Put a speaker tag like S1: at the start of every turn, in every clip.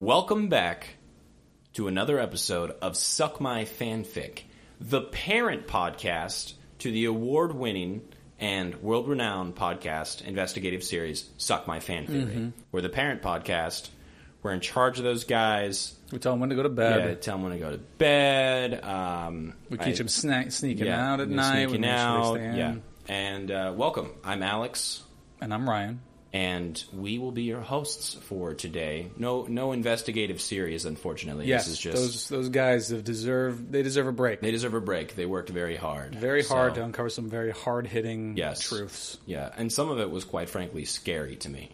S1: Welcome back to another episode of Suck My Fanfic, the parent podcast to the award winning and world renowned podcast investigative series Suck My Fan Theory.
S2: Mm-hmm.
S1: We're the parent podcast. We're in charge of those guys.
S2: We tell them when to go to
S1: Yeah,
S2: bed.
S1: tell them when to go to bed. Um,
S2: Uh, We teach them sna- sneaking out at
S1: they're
S2: night. we
S1: Sneaking
S2: make sure
S1: out.
S2: they stay in.
S1: Yeah. And uh, welcome. I'm Alex.
S2: And I'm Ryan.
S1: and we will be your hosts for today. No, no investigative series, unfortunately.
S2: Yes,
S1: this is just
S2: those those guys have deserve they deserve a break.
S1: they deserve a break. They worked very hard,
S2: very
S1: So,
S2: hard to uncover some very hard hitting
S1: Yes.
S2: truths.
S1: yeah, and some of it was quite frankly scary to me.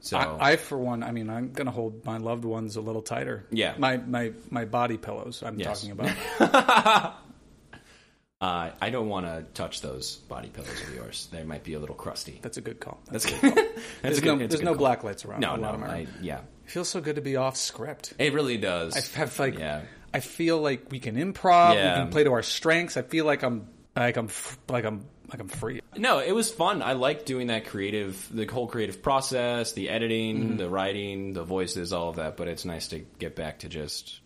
S1: So
S2: Mm. I, I for one, I mean, I'm gonna hold my loved ones a little tighter.
S1: Yeah.
S2: my my my body pillows. I'm
S1: Yes.
S2: talking about.
S1: uh, I don't want to touch those body pillows of yours. They might be a little crusty.
S2: That's a good call.
S1: That's a good. That's
S2: there's
S1: a good,
S2: no,
S1: it's a
S2: there's
S1: good
S2: no
S1: call.
S2: black lights around.
S1: No,
S2: a lot
S1: no.
S2: of them are.
S1: I, yeah,
S2: It feels so good to be off script.
S1: it really does.
S2: I have like
S1: Yeah.
S2: I feel like we can improv.
S1: Yeah.
S2: We can play to our strengths. I feel like I'm like I'm f- like I'm like I'm free.
S1: No, it was fun. I liked doing that creative, the whole creative process, the editing,
S2: Mm-hmm.
S1: the writing, the voices, all of that. But it's nice to get back to just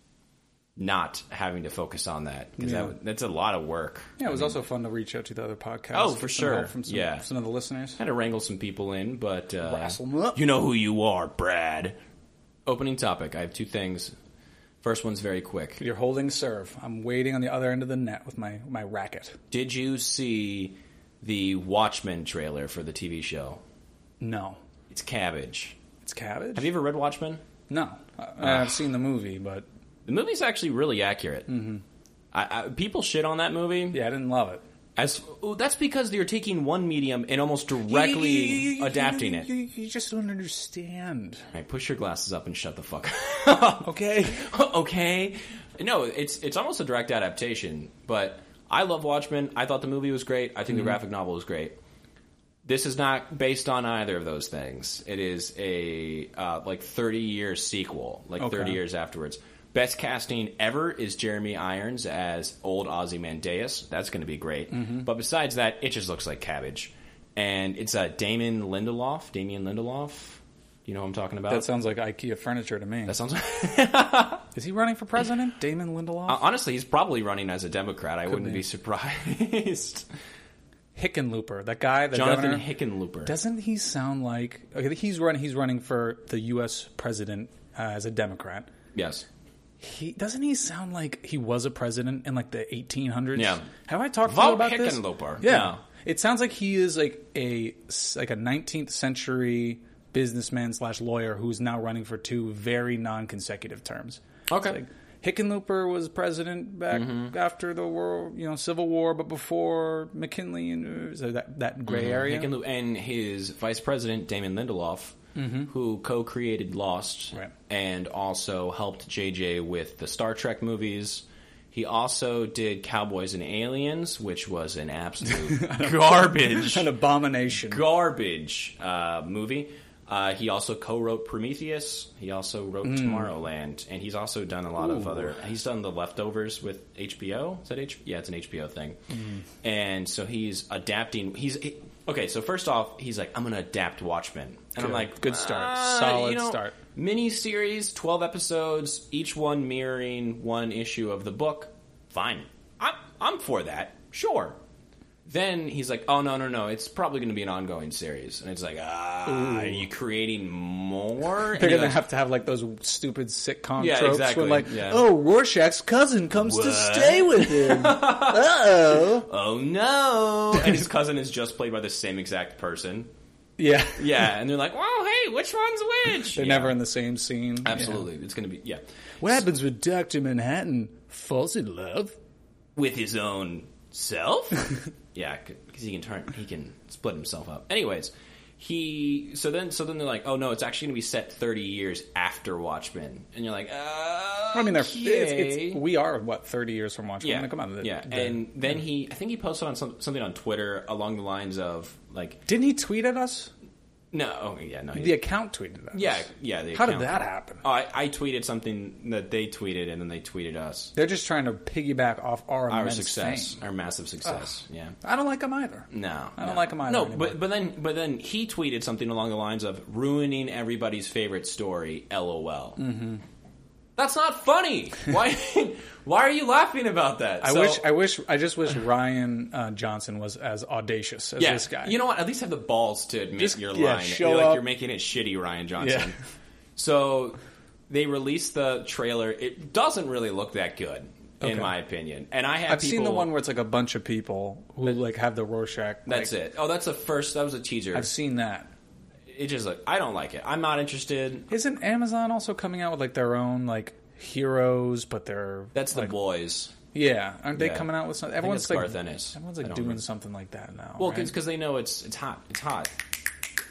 S1: not having to focus on that because
S2: Yeah.
S1: that, that's a lot of work.
S2: Yeah, it was also fun to reach out to the other podcasts.
S1: Oh, for
S2: get some
S1: sure.
S2: help From some,
S1: Yeah.
S2: some of the listeners.
S1: Had to wrangle some people in, but uh,
S2: Wrestle 'em up.
S1: you know who you are, Brad. Opening topic. I have two things. First one's very quick.
S2: You're holding serve. I'm waiting on the other end of the net with my, my racket.
S1: Did you see the Watchmen trailer for the TV show?
S2: No,
S1: It's cabbage.
S2: it's cabbage.
S1: Have you ever read Watchmen?
S2: no, I, I've seen the movie, but
S1: The movie's actually really accurate. Mm-hmm. I, I, people shit on that movie.
S2: yeah, I didn't love it.
S1: As oh, that's because they're taking one medium and almost directly adapting
S2: you,
S1: it.
S2: You, you just don't understand.
S1: All right, push your glasses up and shut the fuck up.
S2: Okay.
S1: okay. No, it's it's almost a direct adaptation, but I love Watchmen. I thought the movie was great. I think the graphic novel was great. This is not based on either of those things. It is a uh, like thirty year sequel, like
S2: Okay.
S1: thirty years afterwards. Best casting ever is Jeremy Irons as old Ozymandias. That's going to be great. But besides that, it just looks like cabbage. And it's uh, Damon Lindelof. Damien Lindelof. You know who I'm talking about?
S2: That sounds like IKEA furniture to me.
S1: that sounds.
S2: Is he running for president? Damon Lindelof?
S1: Uh, Honestly, he's probably running as a Democrat. I wouldn't
S2: be.
S1: be surprised.
S2: Hickenlooper, that guy, the
S1: Jonathan
S2: governor.
S1: Hickenlooper.
S2: Doesn't he sound like okay, he's running? He's running for the U.S. president uh, as a Democrat.
S1: yes.
S2: He doesn't he sound like he was a president in like the 1800s?
S1: Yeah.
S2: Have I talked to
S1: Vote
S2: you about this?
S1: Hickenlooper.
S2: Yeah.
S1: Yeah.
S2: It sounds like he is like a like a 19th century businessman slash lawyer who's now running for two very non-consecutive terms.
S1: Okay.
S2: It's Like, Hickenlooper was president back after the world, you know, Civil War, but before McKinley and so that that gray area.
S1: mm-hmm. Hickenlooper and his vice president Damon Lindelof, who co-created Lost
S2: Mm-hmm. Right.
S1: and also helped JJ with the Star Trek movies. He also did Cowboys and Aliens, which was an absolute garbage.
S2: An abomination.
S1: garbage uh, movie. Uh, he also co-wrote Prometheus. He also wrote
S2: Hmm.
S1: Tomorrowland, and he's also done a lot of other. He's done The Leftovers with HBO. Is that H? Yeah, it's an HBO thing.
S2: Hmm.
S1: And so he's adapting. He's he- okay. So first off, he's like, I'm going to adapt Watchmen, and I'm
S2: Good.
S1: like,
S2: Good start.
S1: "Ah,
S2: Solid
S1: you know,
S2: start."
S1: Mini series, twelve episodes, each one mirroring one issue of the book. Fine, I'm I'm for that. Sure, then he's like, "Oh no, no, no! It's probably going to be an ongoing series." And it's like, "Ah, are you creating more?"
S2: They're
S1: And he
S2: gonna
S1: goes,
S2: have to have like those stupid sitcom
S1: Yeah,
S2: tropes
S1: exactly,
S2: where like,
S1: yeah.
S2: oh, Rorschach's cousin comes to
S1: What?
S2: stay with him. uh oh.
S1: "Oh no!" and his cousin is just played by the same exact person.
S2: Yeah.
S1: Yeah, and they're like, "Oh, hey, which one's which?"
S2: They're
S1: Yeah,
S2: never in the same scene.
S1: absolutely. It's going to be yeah,
S2: Yeah. What happens with Doctor Manhattan? Falls in love.
S1: with his own self. yeah, because he can turn, he can split himself up. Anyways. He so then so then they're like oh no it's actually gonna be set thirty years after Watchmen and you're like uh
S2: I mean, they're it's, it's, we are what thirty years from Watchmen.
S1: Yeah,
S2: Like, come on. the-
S1: yeah.
S2: the-
S1: and then he, I think he posted on some, something on Twitter along the lines of like,
S2: didn't he tweet at us?
S1: No, oh, yeah, no. he
S2: The account tweeted that.
S1: Yeah, yeah. The
S2: How did
S1: account-
S2: that happen?
S1: Oh, I, I tweeted something that they tweeted, and then they tweeted us.
S2: They're just trying to piggyback off our,
S1: Our
S2: immense
S1: success,
S2: fame.
S1: our massive success. Yeah.
S2: I don't like them either.
S1: No,
S2: I don't
S1: no.
S2: like him either
S1: No,
S2: anymore.
S1: but but then but then he tweeted something along the lines of ruining everybody's favorite story. LOL. Mm-hmm. That's not funny. Why why are you laughing about that?
S2: I wish, I wish, I just wish Ryan uh, Johnson was as audacious as this guy.
S1: You know what? At least have the balls to admit
S2: Just-
S1: you're
S2: yeah,
S1: lying.
S2: show
S1: you're, like,
S2: up.
S1: you're making it shitty, Ryan Johnson.
S2: Yeah.
S1: So they released the trailer. It doesn't really look that good,
S2: Okay.
S1: in my opinion. And I have
S2: I've seen the
S1: people-
S2: one where it's like a bunch of people who like have the Rorschach.
S1: That's it. Oh, that's the first. That was a teaser.
S2: I've seen that.
S1: it just like I don't like it. I'm not interested.
S2: Isn't Amazon also coming out with like their own like heroes, but they're
S1: That's the
S2: like,
S1: boys.
S2: yeah. Aren't they
S1: Yeah.
S2: coming out with something?
S1: think
S2: Everyone's
S1: it's
S2: like
S1: Garth Ennis.
S2: everyone's
S1: I
S2: like
S1: don't
S2: doing
S1: remember.
S2: something like that now.
S1: Well,
S2: right?
S1: because they know it's it's hot. It's hot.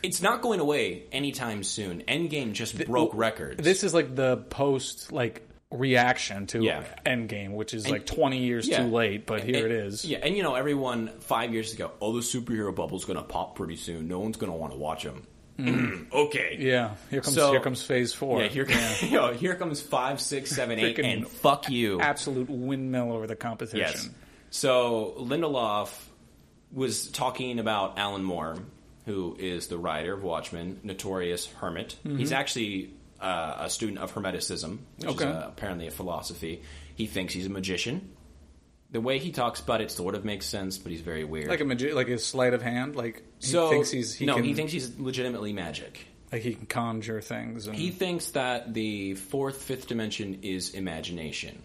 S1: It's not going away anytime soon. Endgame just broke records.
S2: this is like the post like reaction to
S1: Yeah.
S2: Endgame, which is like twenty years
S1: yeah.
S2: too late, but here it
S1: And-
S2: is.
S1: Yeah, and you know, everyone five years ago, oh, the superhero bubble's going to pop pretty soon. No one's going to want to watch them. okay.
S2: Mm. Yeah, here comes
S1: So-
S2: here comes Phase Four.
S1: Yeah, here, yo, here comes five, six, seven, eight,
S2: Freaking
S1: and fuck you.
S2: absolute windmill over the competition.
S1: Yes. So Lindelof was talking about Alan Moore, who is the writer of Watchmen, notorious hermit.
S2: Mm-hmm.
S1: He's actually uh, a student of Hermeticism, which
S2: Okay.
S1: is uh, apparently a philosophy. He thinks he's a magician. The way he talks about it sort of makes sense, but he's very weird.
S2: Like a magi- like a sleight of hand. Like he
S1: so
S2: thinks he's he
S1: no,
S2: can,
S1: he thinks he's legitimately magic.
S2: like he can conjure things. And
S1: He thinks that the fourth, fifth dimension is imagination.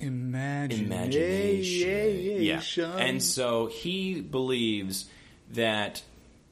S2: imagination.
S1: imagination.
S2: Yeah.
S1: And so he believes that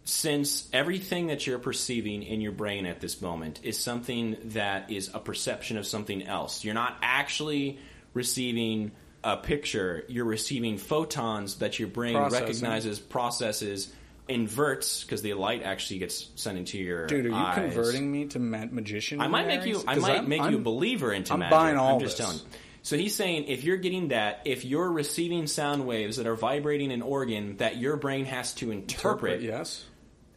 S1: since everything that you're perceiving in your brain at this moment is something that is a perception of something else, you're not actually receiving a picture, you're receiving photons that your brain
S2: Processing.
S1: recognizes, processes, inverts because the light actually gets sent into your
S2: Dude, are you
S1: eyes.
S2: converting me to ma- magician?
S1: I might make you. I might make you a believer into
S2: I'm
S1: magic.
S2: buying all
S1: I'm just
S2: this.
S1: telling. you. So he's saying if you're getting that, if you're receiving sound waves that are vibrating an organ that your brain has to interpret,
S2: Interpret, yes.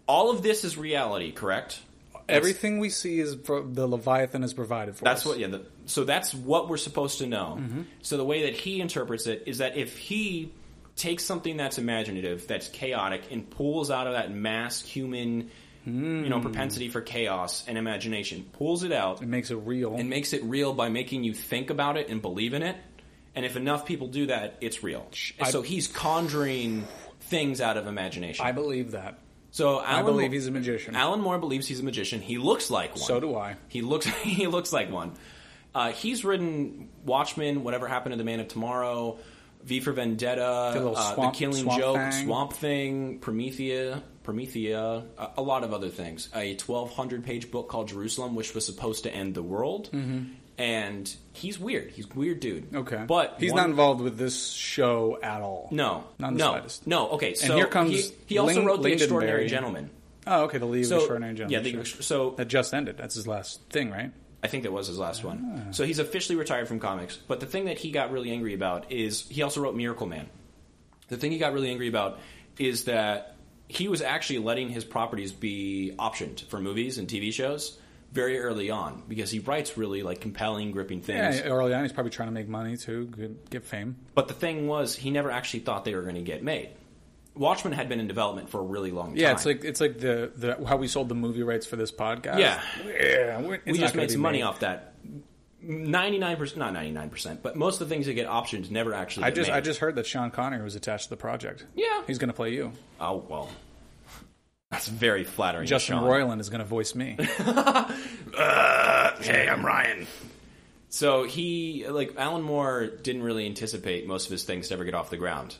S1: all of this is reality, correct?
S2: Everything we see is pro- the Leviathan is Mm-hmm. provided for.
S1: That's
S2: us.
S1: what. Yeah. The, so that's what we're supposed to know. So the way that he interprets it is that if he takes something that's imaginative, that's chaotic, and pulls out of that mass human, you
S2: Hmm.
S1: know, propensity for chaos and imagination, pulls it out,
S2: it makes it real.
S1: and makes it real by making you think about it and believe in it. And if enough people do that, it's real. And
S2: I-
S1: so he's conjuring things out of imagination.
S2: I believe that.
S1: so Alan
S2: I believe
S1: Mo-
S2: he's a magician.
S1: Alan Moore believes he's a magician. He looks like one.
S2: So do I.
S1: He looks. He looks like one. Uh, he's written Watchmen, Whatever Happened to the Man of Tomorrow, V for Vendetta,
S2: The little
S1: uh,
S2: swamp-
S1: The Killing
S2: Swamp
S1: Joke,
S2: Thing.
S1: Swamp Thing, Promethea, Promethea, a, a lot of other things. A 1,200 page book called Jerusalem, which was supposed to end the world. And he's weird. He's a weird dude.
S2: Mm-hmm. Okay,
S1: but
S2: he's
S1: one-
S2: not involved with this show at all.
S1: No,
S2: Not in the
S1: no,
S2: slightest.
S1: no. Okay, so
S2: here comes
S1: he, he also
S2: Ling-
S1: wrote The Extraordinary
S2: Lindenberry.
S1: Gentleman.
S2: Oh, okay. The League
S1: So
S2: of Extraordinary Gentlemen.
S1: yeah, the,
S2: sure.
S1: ex- so
S2: that just ended. That's his last thing, right?
S1: I think that was his last
S2: Ah.
S1: one. So he's officially retired from comics. But the thing that he got really angry about is he also wrote Miracle Man. The thing he got really angry about is that he was actually letting his properties be optioned for movies and TV shows very early on because he writes really like compelling, gripping things.
S2: Yeah, early on, he's probably trying to make money too, get- get fame.
S1: But the thing was, he never actually thought they were going to get made. Watchmen had been in development for a really long time.
S2: Yeah, it's like it's like the, the how we sold the movie rights for this podcast.
S1: Yeah.
S2: yeah, we're, it's
S1: we
S2: not
S1: just
S2: gonna
S1: made
S2: be
S1: some money
S2: made.
S1: off that. Ninety nine percent, not ninety nine percent, but most of the things that get optioned never actually.
S2: I
S1: get
S2: just
S1: made.
S2: I just heard that Sean Connery was attached to the project.
S1: Yeah.
S2: he's going to play you.
S1: Oh well, that's very flattering.
S2: Justin
S1: Sean.
S2: Roiland is going to voice me.
S1: Uh, hey, I'm Ryan. So he, like Alan Moore, didn't really anticipate most of his things to ever get off the ground.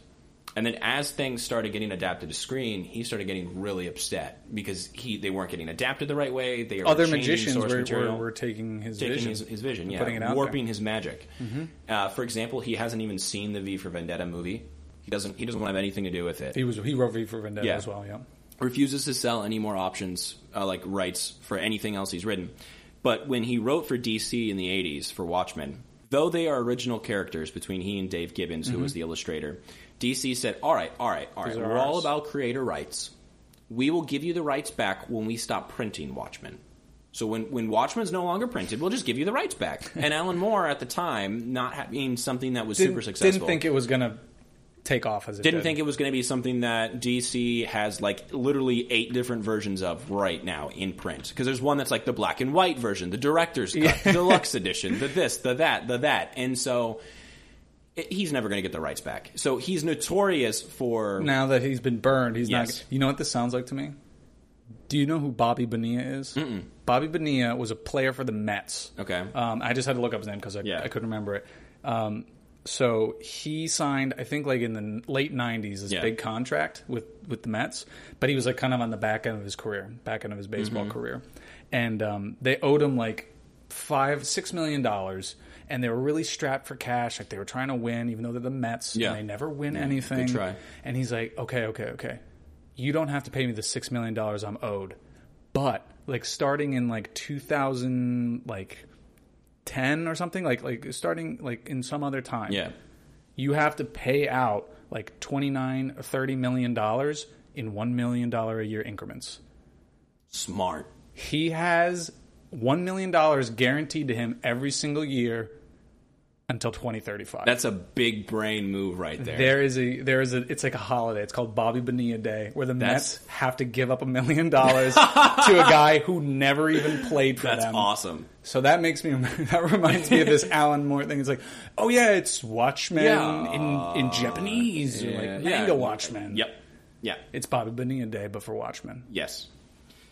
S1: And then as things started getting adapted to screen, he started getting really upset because he they weren't getting adapted the right way. They were
S2: Other
S1: changing
S2: magicians
S1: source
S2: were,
S1: material.
S2: were, were taking his
S1: taking
S2: vision.
S1: His, his vision, yeah,
S2: putting it out
S1: warping
S2: there. Mm-hmm.
S1: his magic. Uh, for example, he hasn't even seen the V for Vendetta movie. He doesn't. He doesn't want to have anything to do with it.
S2: He was he wrote V for Vendetta
S1: Yeah.
S2: as well. Yeah,
S1: refuses to sell any more options, uh, like rights for anything else he's written. But when he wrote for DC in the 80s for Watchmen, though they are original characters between he and Dave Gibbons, who was the illustrator, DC said, all right, all right, all right,
S2: Mm-hmm. are
S1: we're all
S2: ours."
S1: about creator rights. we will give you the rights back when we stop printing Watchmen. So when when Watchmen's no longer printed, we'll just give you the rights back. And Alan Moore at the time, not having something that was
S2: Didn't-
S1: super successful,
S2: Didn't think it was going to take off as it
S1: didn't
S2: did.
S1: think it was going to be something that DC has like literally eight different versions of right now in print because there's one that's like the black and white version, the director's cut, the deluxe edition, the this, the that, the that, and so it, he's never going to get the rights back. So he's notorious for
S2: Now that he's been burned, he's
S1: Yes.
S2: not. You know what this sounds like to me? Do you know who Bobby Bonilla is? Bobby Bonilla was a player for the Mets.
S1: okay,
S2: Um, I just had to look up his name because I,
S1: Yeah.
S2: I couldn't remember it. Um, so he signed, I think, like in the n- late '90s, this
S1: Yeah.
S2: big contract with with the Mets. But he was like kind of on the back end of his career, back end of his baseball
S1: Mm-hmm.
S2: career, and um, they owed him like five, six million dollars. And they were really strapped for cash. Like they were trying to win, even though they're the Mets.
S1: Yeah.
S2: And they never win anything.
S1: try.
S2: And he's like, okay, okay, okay. You don't have to pay me the six million dollars I'm owed, but like starting in like 2000, like 10 or something, like like starting like in some other time,
S1: yeah,
S2: you have to pay out like 29 or 30 million dollars in one million dollar a year increments.
S1: smart.
S2: He has one million dollars guaranteed to him every single year until 2035.
S1: That's a big brain move right there.
S2: There is a there is a it's like a holiday. It's called Bobby Bonilla Day, where the
S1: That's-
S2: Mets have to give up a million dollars to a guy who never even played for
S1: That's
S2: them.
S1: awesome.
S2: So that makes me that reminds me of this Alan Moore thing. It's like, oh yeah, it's Watchmen
S1: Yeah.
S2: in in Japanese, or like
S1: Yeah.
S2: manga Watchmen.
S1: Yep. Yeah.
S2: it's Bobby Bonilla Day, but for Watchmen.
S1: Yes.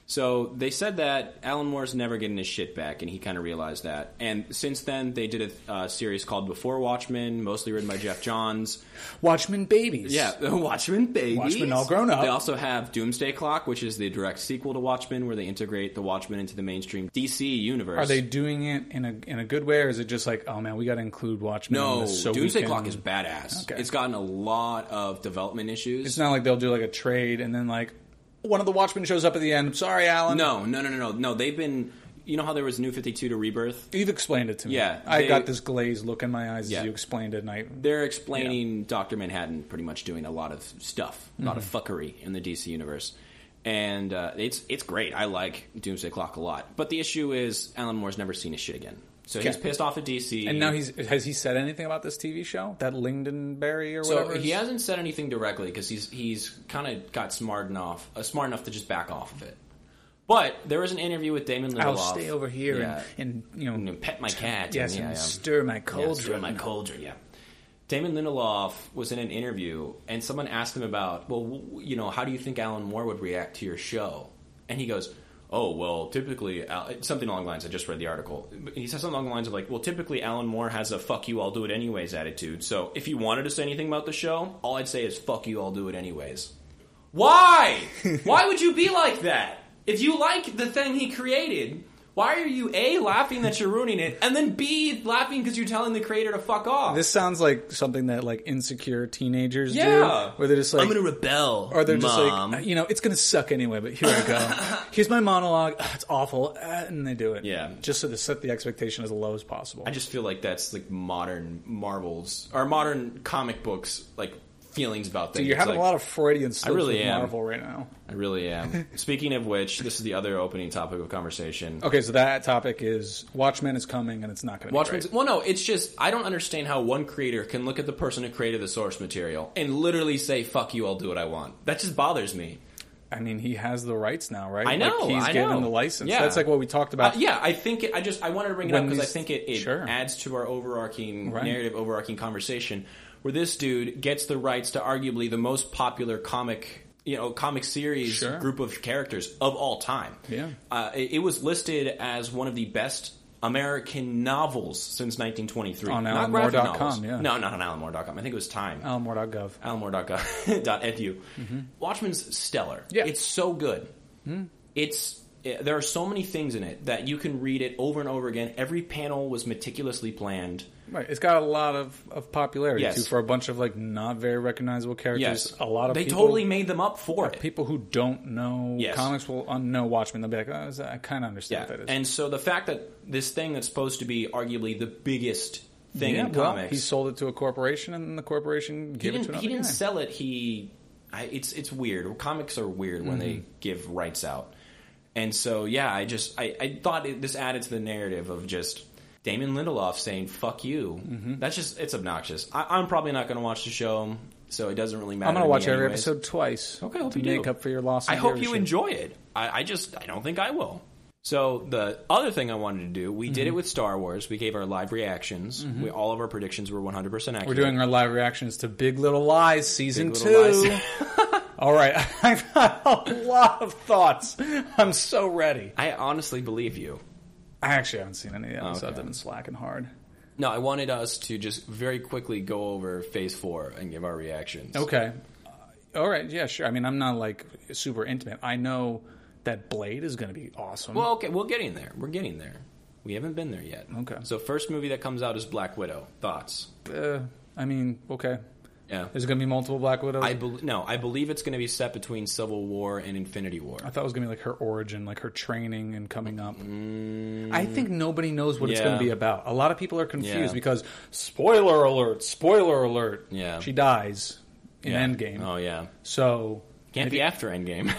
S1: So they said that Alan Moore's never getting his shit back, and he kind of realized that. And since then, they did a uh, series called Before Watchmen, mostly written by Jeff Johns.
S2: Watchmen babies.
S1: Yeah, Watchmen babies.
S2: Watchmen all grown up.
S1: They also have Doomsday Clock, which is the direct sequel to Watchmen, where they integrate the Watchmen into the mainstream DC universe.
S2: Are they doing it in a in a good way, or is it just like, oh man, we got to include Watchmen? in
S1: No,
S2: this so we
S1: Doomsday
S2: can-
S1: Clock is badass.
S2: Okay.
S1: It's gotten a lot of development issues.
S2: It's not like they'll do like a trade and then like one of the Watchmen shows up at the end. Sorry, Alan.
S1: no, no, no, no, no, no. They've been. You know how there was New Fifty Two to Rebirth.
S2: You've explained it to me.
S1: Yeah,
S2: I
S1: they-
S2: got this glazed look in my eyes
S1: Yeah.
S2: as you explained it, and I
S1: they're explaining Doctor Manhattan pretty much doing a lot of stuff, a lot
S2: Mm-hmm.
S1: of fuckery in the DC universe, and uh, it's it's great. I like Doomsday Clock a lot, but the issue is Alan Moore's never seen his shit again, so he's
S2: Okay.
S1: pissed off at DC,
S2: and now he's has he said anything about this TV show that Lindenberry or
S1: so
S2: whatever?
S1: he
S2: is-
S1: hasn't said anything directly because he's he's kind of got smart enough uh, smart enough to just back off of it. But there was an interview with Damon Lindelof.
S2: I'll stay over here
S1: Yeah.
S2: and, and you know,
S1: and, pet my cat.
S2: yes,
S1: and, yeah,
S2: and
S1: yeah.
S2: stir my cauldron.
S1: Yeah, stir my cauldron, yeah. Damon Lindelof was in an interview, and someone asked him about, well, w- you know, how do you think Alan Moore would react to your show? And he goes, oh, well, typically, Al-, something along the lines, I just read the article. He says something along the lines of, like, well, typically Alan Moore has a fuck you, I'll do it anyways attitude. So if you wanted to say anything about the show, all I'd say is fuck you, I'll do it anyways. Why? why would you be like that? If you like the thing he created, why are you A, laughing that you're ruining it, and then B, laughing because you're telling the creator to fuck off?
S2: This sounds like something that like insecure teenagers
S1: Yeah.
S2: do, where they're just like,
S1: rebel.
S2: or they're just like, you know, it's gonna suck anyway. But here I go. Here's my monologue. Ugh, it's awful, Uh, and they do it.
S1: Yeah.
S2: just so to set the expectation as low as possible.
S1: I just feel like that's like modern Marvels or modern comic books like feelings about things.
S2: You're having a lot of Freudian slips
S1: really
S2: with
S1: am.
S2: Marvel right now.
S1: I really am. Speaking of which, this is the other opening topic of conversation.
S2: Okay, so that topic is Watchmen is coming, and it's not going to
S1: Watchmen's well, no, it's just I don't understand how one creator can look at the person who created the source material and literally say "fuck you," I'll do what I want. That just bothers me.
S2: I mean, he has the rights now, right?
S1: I know,
S2: Like, he's
S1: I
S2: given
S1: know.
S2: the license.
S1: Yeah.
S2: That's like what we talked
S1: Uh,
S2: about.
S1: yeah, I think it, I just I wanted to bring it
S2: When
S1: up because I
S2: these-
S1: think it, it
S2: sure.
S1: adds to our overarching
S2: Right.
S1: narrative, overarching conversation where this dude gets the rights to arguably the most popular comic. You know, comic series
S2: Sure.
S1: group of characters of all time.
S2: Yeah.
S1: uh, it, it was listed as one of the best American novels since 1923.
S2: On
S1: Not
S2: AlanMoore.com,
S1: graphic novels.
S2: yeah.
S1: no, not on AlanMoore.com. I think it was Time.
S2: Alamore.gov.
S1: Alanmore.gov.edu. Watchmen's stellar.
S2: Mm-hmm. Yeah. Hmm?
S1: It's so good. It's eh, there are so many things in it that you can read it over and over again. Every panel was meticulously planned.
S2: Right. It's got a lot of, of popularity
S1: Yes.
S2: too for a bunch of like not very recognizable characters.
S1: Yes,
S2: A lot of
S1: they
S2: people,
S1: totally made them up for it.
S2: people who don't know
S1: Yes.
S2: comics will un- know Watchmen. They'll be like, oh, is that- I kind of understand
S1: Yeah.
S2: what that is.
S1: And so the fact that this thing that's supposed to be arguably the biggest thing
S2: yeah,
S1: in
S2: well,
S1: comics,
S2: he sold it to a corporation, and the corporation
S1: he
S2: gave it to
S1: didn't,
S2: another
S1: he didn't
S2: guy.
S1: sell it. He I, it's it's weird. Comics are weird when they
S2: Mm-hmm.
S1: give rights out, and so yeah, I just I, I thought it, this added to the narrative of just Damon Lindelof saying "fuck you."
S2: Mm-hmm.
S1: That's just it's obnoxious. I, I'm probably not going to watch the show, so it doesn't really matter.
S2: I'm gonna
S1: to me
S2: watch every
S1: anyways.
S2: episode twice.
S1: Okay, I hope
S2: to
S1: you
S2: make
S1: do.
S2: up for your loss.
S1: I
S2: on
S1: hope you
S2: viewership.
S1: enjoy it. I, I just I don't think I will. So the other thing I wanted to do, we
S2: Mm-hmm.
S1: did it with Star Wars. We gave our live reactions. We, all of our predictions were 100 percent accurate.
S2: We're doing our live reactions to Big Little Lies season
S1: Big
S2: two.
S1: Little Lies.
S2: All right, I've had a lot of thoughts. I'm so ready.
S1: I honestly believe you.
S2: I actually haven't seen any of the episodes.
S1: Okay.
S2: I've been slacking hard.
S1: No, I wanted us to just very quickly go over Phase Four and give our reactions.
S2: Okay. Uh, All right. Yeah. Sure. I mean, I'm not like super intimate. I know that Blade is going to be awesome.
S1: Well, okay, we're getting there. We're getting there. We haven't been there yet.
S2: Okay.
S1: So first movie that comes out is Black Widow. Thoughts?
S2: uh, I mean, okay.
S1: Yeah.
S2: There's going to be multiple Black Widows.
S1: I
S2: I,
S1: bel no, I believe it's going to be set between Civil War and Infinity War.
S2: thought it was going to be like her origin, like her training and coming up. I think nobody knows what it's
S1: Mm. Yeah.
S2: going to be about. A lot of people are confused
S1: Yeah.
S2: because spoiler alert, spoiler alert.
S1: Yeah.
S2: She dies in
S1: Yeah.
S2: Endgame.
S1: Oh yeah.
S2: So
S1: Can't be after Endgame.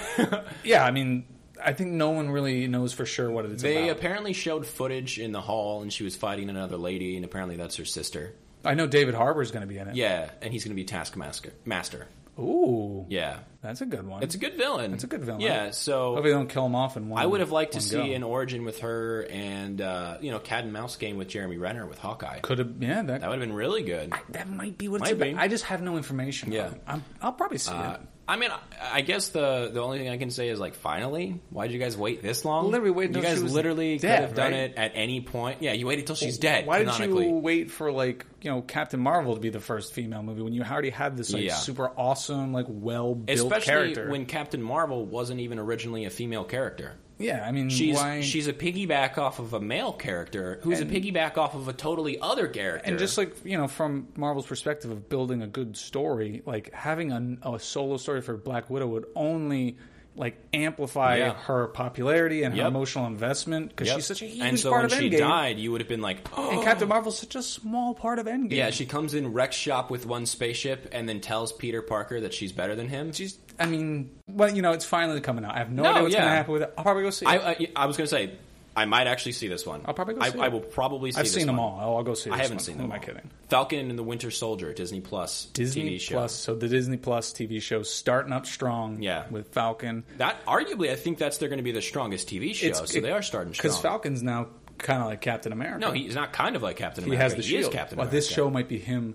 S2: yeah, I mean, I think no one really knows for sure what it's
S1: they
S2: about.
S1: apparently showed footage in the hall, and she was fighting another lady, and apparently that's her sister.
S2: I know David Harbour's going to be in it.
S1: Yeah, and he's going to be Taskmaster. Master.
S2: Ooh.
S1: Yeah,
S2: That's a good one.
S1: it's a good villain. It's
S2: a good villain.
S1: Yeah. So
S2: Hope they don't kill him off in one.
S1: I would have liked to
S2: one
S1: see
S2: go.
S1: an origin with her, and uh, you know, cat and mouse game with Jeremy Renner with Hawkeye.
S2: Could have, yeah. That
S1: That
S2: that,
S1: would have been really good.
S2: might be what
S1: Might
S2: it's
S1: be.
S2: about. I just have no information.
S1: Yeah.
S2: on it. I'm, I'll probably see
S1: Uh,
S2: it.
S1: I mean, I- I guess the the only thing I can say is like, finally, why did you guys wait this long?
S2: Literally wait
S1: You
S2: until
S1: guys
S2: she was
S1: literally
S2: dead,
S1: could have done
S2: right?
S1: it at any point. Yeah, you waited till she's dead.
S2: Why did
S1: canonically.
S2: you wait for like you know Captain Marvel to be the first female movie when you already had this like
S1: Yeah.
S2: super awesome like well built
S1: Especially
S2: character?
S1: when Captain Marvel wasn't even originally a female character.
S2: yeah, I mean,
S1: She's
S2: why?
S1: she's a piggyback off of a male character who's a piggyback off of a totally other character.
S2: and just like you know, from Marvel's perspective of building a good story, like having a, a solo story for Black Widow would only like amplify
S1: Yeah.
S2: her popularity and her
S1: Yep.
S2: emotional investment because
S1: Yep.
S2: she's such a huge
S1: and so
S2: part
S1: when
S2: of
S1: she
S2: Endgame.
S1: died, you would have been like, oh.
S2: And Captain Marvel's such a small part of Endgame.
S1: Yeah, she comes in Rex shop with one spaceship and then tells Peter Parker that she's better than him.
S2: she's. I mean, well, you know, it's finally coming out. I have no,
S1: No,
S2: idea what's
S1: yeah.
S2: going to happen with it. I'll probably go see.
S1: I,
S2: it.
S1: I I was gonna say I might actually see this one.
S2: I'll probably go
S1: I,
S2: see
S1: I
S2: it.
S1: will probably. see
S2: I've
S1: this
S2: seen them
S1: one.
S2: all. I'll, I'll go see.
S1: I
S2: this
S1: haven't
S2: one.
S1: seen
S2: Who
S1: them.
S2: Am
S1: all.
S2: I kidding?
S1: Falcon and the Winter Soldier, Disney Plus
S2: Disney
S1: TV show.
S2: Plus. So the Disney Plus TV show starting up strong.
S1: Yeah.
S2: with Falcon
S1: That arguably, I think that's they're going to be the strongest TV show. so they are starting strong.
S2: because Falcon's now kind of like Captain America.
S1: no, he's not kind of like Captain
S2: he
S1: America.
S2: has the shield.
S1: is Captain
S2: well,
S1: America.
S2: this show might be him.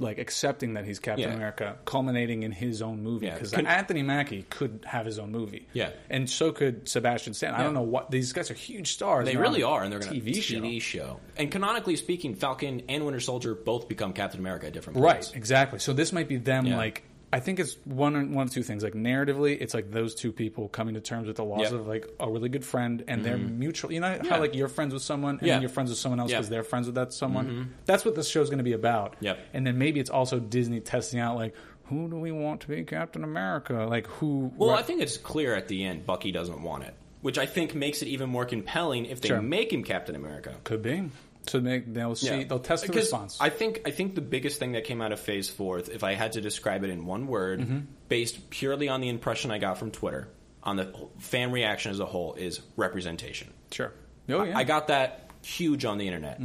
S2: Like accepting that he's Captain
S1: Yeah.
S2: America, culminating in his own movie
S1: Yeah.
S2: because
S1: Can-
S2: Anthony Mackie could have his own movie,
S1: Yeah.
S2: and so could Sebastian Stan. I don't know what these guys are huge stars.
S1: They
S2: and
S1: really
S2: on
S1: are, and they're going to
S2: TV show.
S1: TV show. And canonically speaking, Falcon and Winter Soldier both become Captain America at different
S2: Right,
S1: points.
S2: exactly. So this might be them.
S1: Yeah.
S2: Like, I think it's one or- one of two things. Like narratively, it's like those two people coming to terms with the loss
S1: Yep.
S2: of like a really good friend, and they're mutual. You know
S1: Mm-hmm. Yeah.
S2: how like you're friends with someone, and
S1: Yeah.
S2: then you're friends with someone else
S1: Yeah. Mm-hmm.
S2: because they're friends with that someone. That's what this show's going to be about.
S1: Yep.
S2: And then maybe it's also Disney testing out like who do we want to be Captain America? Like who?
S1: Well,
S2: what-
S1: I think it's clear at the end Bucky doesn't want it, which I think makes it even more compelling if they
S2: Sure.
S1: make him Captain America.
S2: could be. So they, they'll see.
S1: Yeah.
S2: They'll test the
S1: Because
S2: response.
S1: I think I think the biggest thing that came out of Phase Four, if I had to describe it in one word,
S2: Mm-hmm.
S1: based purely on the impression I got from Twitter, on the fan reaction as a whole, is representation.
S2: sure. Oh yeah. Mm-hmm.
S1: I got that huge on the internet.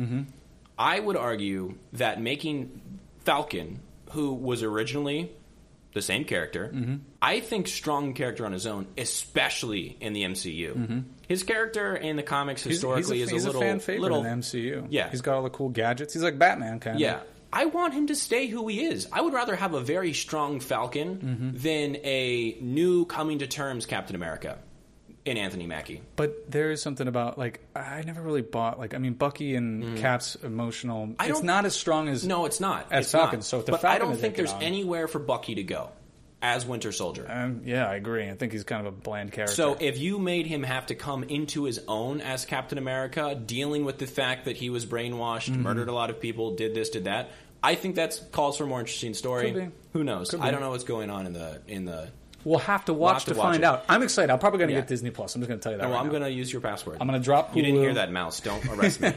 S1: I would argue that making Falcon, who was originally the same character,
S2: Mm-hmm.
S1: I think strong character on his own, especially in the MCU. His character in the comics
S2: Mm-hmm. He's-
S1: historically
S2: he's a, he's
S1: is a little
S2: fan favorite
S1: little
S2: in the MCU.
S1: Yeah.
S2: he's got all the cool gadgets. He's like Batman kind of.
S1: yeah. I want him to stay who he is. I would rather have a very strong Falcon
S2: Mm-hmm.
S1: than a new coming to terms Captain America in Anthony Mackie.
S2: But there is something about like I never really bought like I mean Bucky and Cap's emotional.
S1: Hmm. I
S2: it's
S1: don't-
S2: not as strong as
S1: No, it's not.
S2: As
S1: it's
S2: Falcon,
S1: Not.
S2: so if the
S1: but I
S2: Falcon
S1: don't
S2: is
S1: think
S2: taken
S1: there's
S2: on-
S1: anywhere for Bucky to go as Winter Soldier.
S2: Um, yeah, I agree. I think he's kind of a bland character.
S1: so if you made him have to come into his own as Captain America, dealing with the fact that he was brainwashed,
S2: Mm-hmm.
S1: murdered a lot of people, did this, did that, I think that's calls for a more interesting story.
S2: Could be.
S1: Who knows?
S2: Could
S1: I
S2: be.
S1: don't know what's going on in the in the.
S2: we'll have to watch
S1: have to
S2: to,
S1: watch it.
S2: find out. I'm excited. I'm probably going to
S1: Yeah.
S2: get Disney Plus. I'm just going to tell you that.
S1: Well,
S2: right
S1: I'm
S2: now.
S1: going to use your password.
S2: I'm going to drop.
S1: You didn't
S2: Hulu.
S1: hear that mouse. Don't arrest me.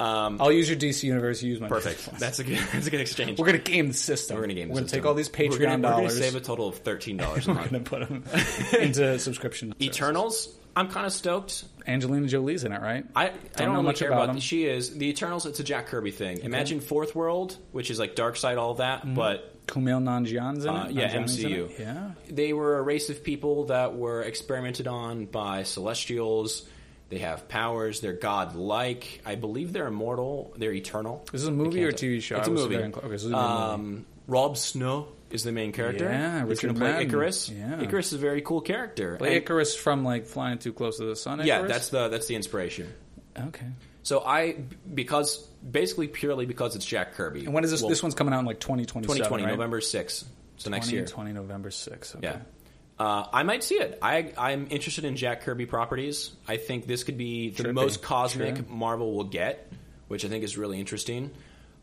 S2: I'll use your DC universe. You use my
S1: Perfect. That's a good. That's a good exchange.
S2: We're gonna game the system.
S1: We're gonna game. the
S2: We're gonna
S1: system.
S2: take all these Patreon
S1: We're gonna, We're
S2: dollars.
S1: gonna save a total of thirteen dollars a month.
S2: and put them into subscription.
S1: Eternals. I'm kind of stoked.
S2: Angelina Jolie's in it, right?
S1: I, I don't
S2: know
S1: really
S2: much
S1: care
S2: about
S1: about,
S2: them.
S1: She is the Eternals. It's a Jack Kirby thing. Imagine Fourth World, which is like Dark Side, all that,
S2: Mm-hmm.
S1: but
S2: Kumail Nanjian's in it.
S1: Uh, yeah,
S2: Nanjiani's in it?
S1: MCU.
S2: Yeah.
S1: they were a race of people that were experimented on by Celestials. They have powers. They're godlike. I believe they're immortal. They're eternal.
S2: This is a
S1: They
S2: movie
S1: can't
S2: or
S1: die.
S2: TV show?
S1: It's a
S2: I was
S1: movie.
S2: very incl- okay, so this is a
S1: um, Rob Snow is the main character.
S2: Yeah,
S1: He's
S2: Richard
S1: going to play
S2: Madden.
S1: Icarus.
S2: Yeah.
S1: Icarus is a very cool character.
S2: Like
S1: And-
S2: Icarus from like flying too close to the sun.
S1: yeah,
S2: Icarus?
S1: that's the that's the inspiration.
S2: okay.
S1: So I because basically purely because it's Jack Kirby.
S2: And when is this?
S1: Well,
S2: this one's coming out in like 2020,
S1: 2020 November 6th. So next year.
S2: 2020 November 6th. Okay.
S1: Yeah. Uh, I might see it. I, I'm interested in Jack Kirby properties. I think this could be the
S2: Trippy.
S1: most cosmic
S2: Sure.
S1: Marvel will get, which I think is really interesting.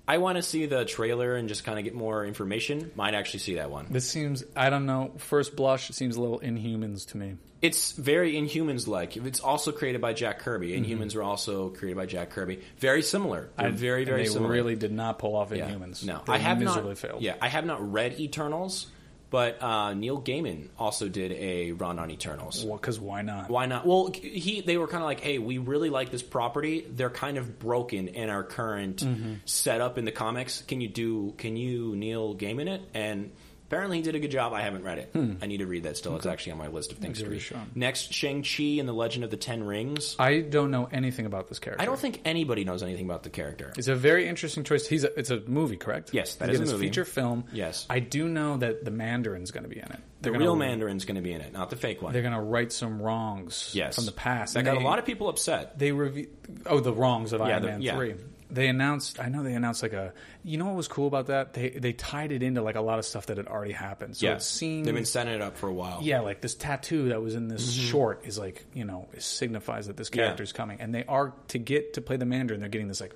S1: I want to see the trailer and just kind of get more information. Might actually see that one.
S2: This seems. I don't know. First blush, it seems a little Inhumans to me.
S1: It's very Inhumans like. It's also created by Jack Kirby. Inhumans were also created by Jack Kirby. Very similar. They're very,
S2: Mm-hmm. and
S1: very
S2: they
S1: similar.
S2: really did not pull off
S1: Yeah.
S2: Inhumans.
S1: No,
S2: They
S1: I have
S2: miserably
S1: not.
S2: failed.
S1: Yeah, I have not read Eternals, but uh, Neil Gaiman also did a run on Eternals.
S2: Because why not?
S1: Why not? Well, he they were kind of like, hey, we really like this property. They're kind of broken in our current
S2: Mm-hmm.
S1: setup in the comics. Can you do? Can you Neil Gaiman it? And apparently he did a good job. I haven't read it.
S2: Hmm.
S1: I need to read that still. It's actually on my list of things to
S2: give it a
S1: read.
S2: shot.
S1: Next, Shang Chi and the Legend of the Ten Rings.
S2: I don't know anything about this character.
S1: I don't think anybody knows anything about the character.
S2: It's a very interesting choice. He's a, it's a movie, correct?
S1: Yes, that is
S2: He's in
S1: a
S2: his
S1: movie.
S2: feature film.
S1: Yes.
S2: I do know that the Mandarin's going to be in it.
S1: The
S2: They're
S1: real
S2: gonna,
S1: Mandarin's going to be in it, not the fake one.
S2: They're going to right some wrongs.
S1: Yes,
S2: from the past.
S1: that
S2: And
S1: got
S2: they-
S1: a lot of people upset.
S2: They reve- oh the wrongs of Iron
S1: the-
S2: Man
S1: yeah.
S2: three. They announced. I know they announced like a. You know what was cool about that? They they tied it into like a lot of stuff that had already happened. So
S1: yeah,
S2: it seemed
S1: they've been setting it up for a while.
S2: yeah, like this tattoo that was in this short is like, you know, it signifies that this
S1: Yeah.
S2: character's coming. And they are to get to play the Mandarin, they're getting this like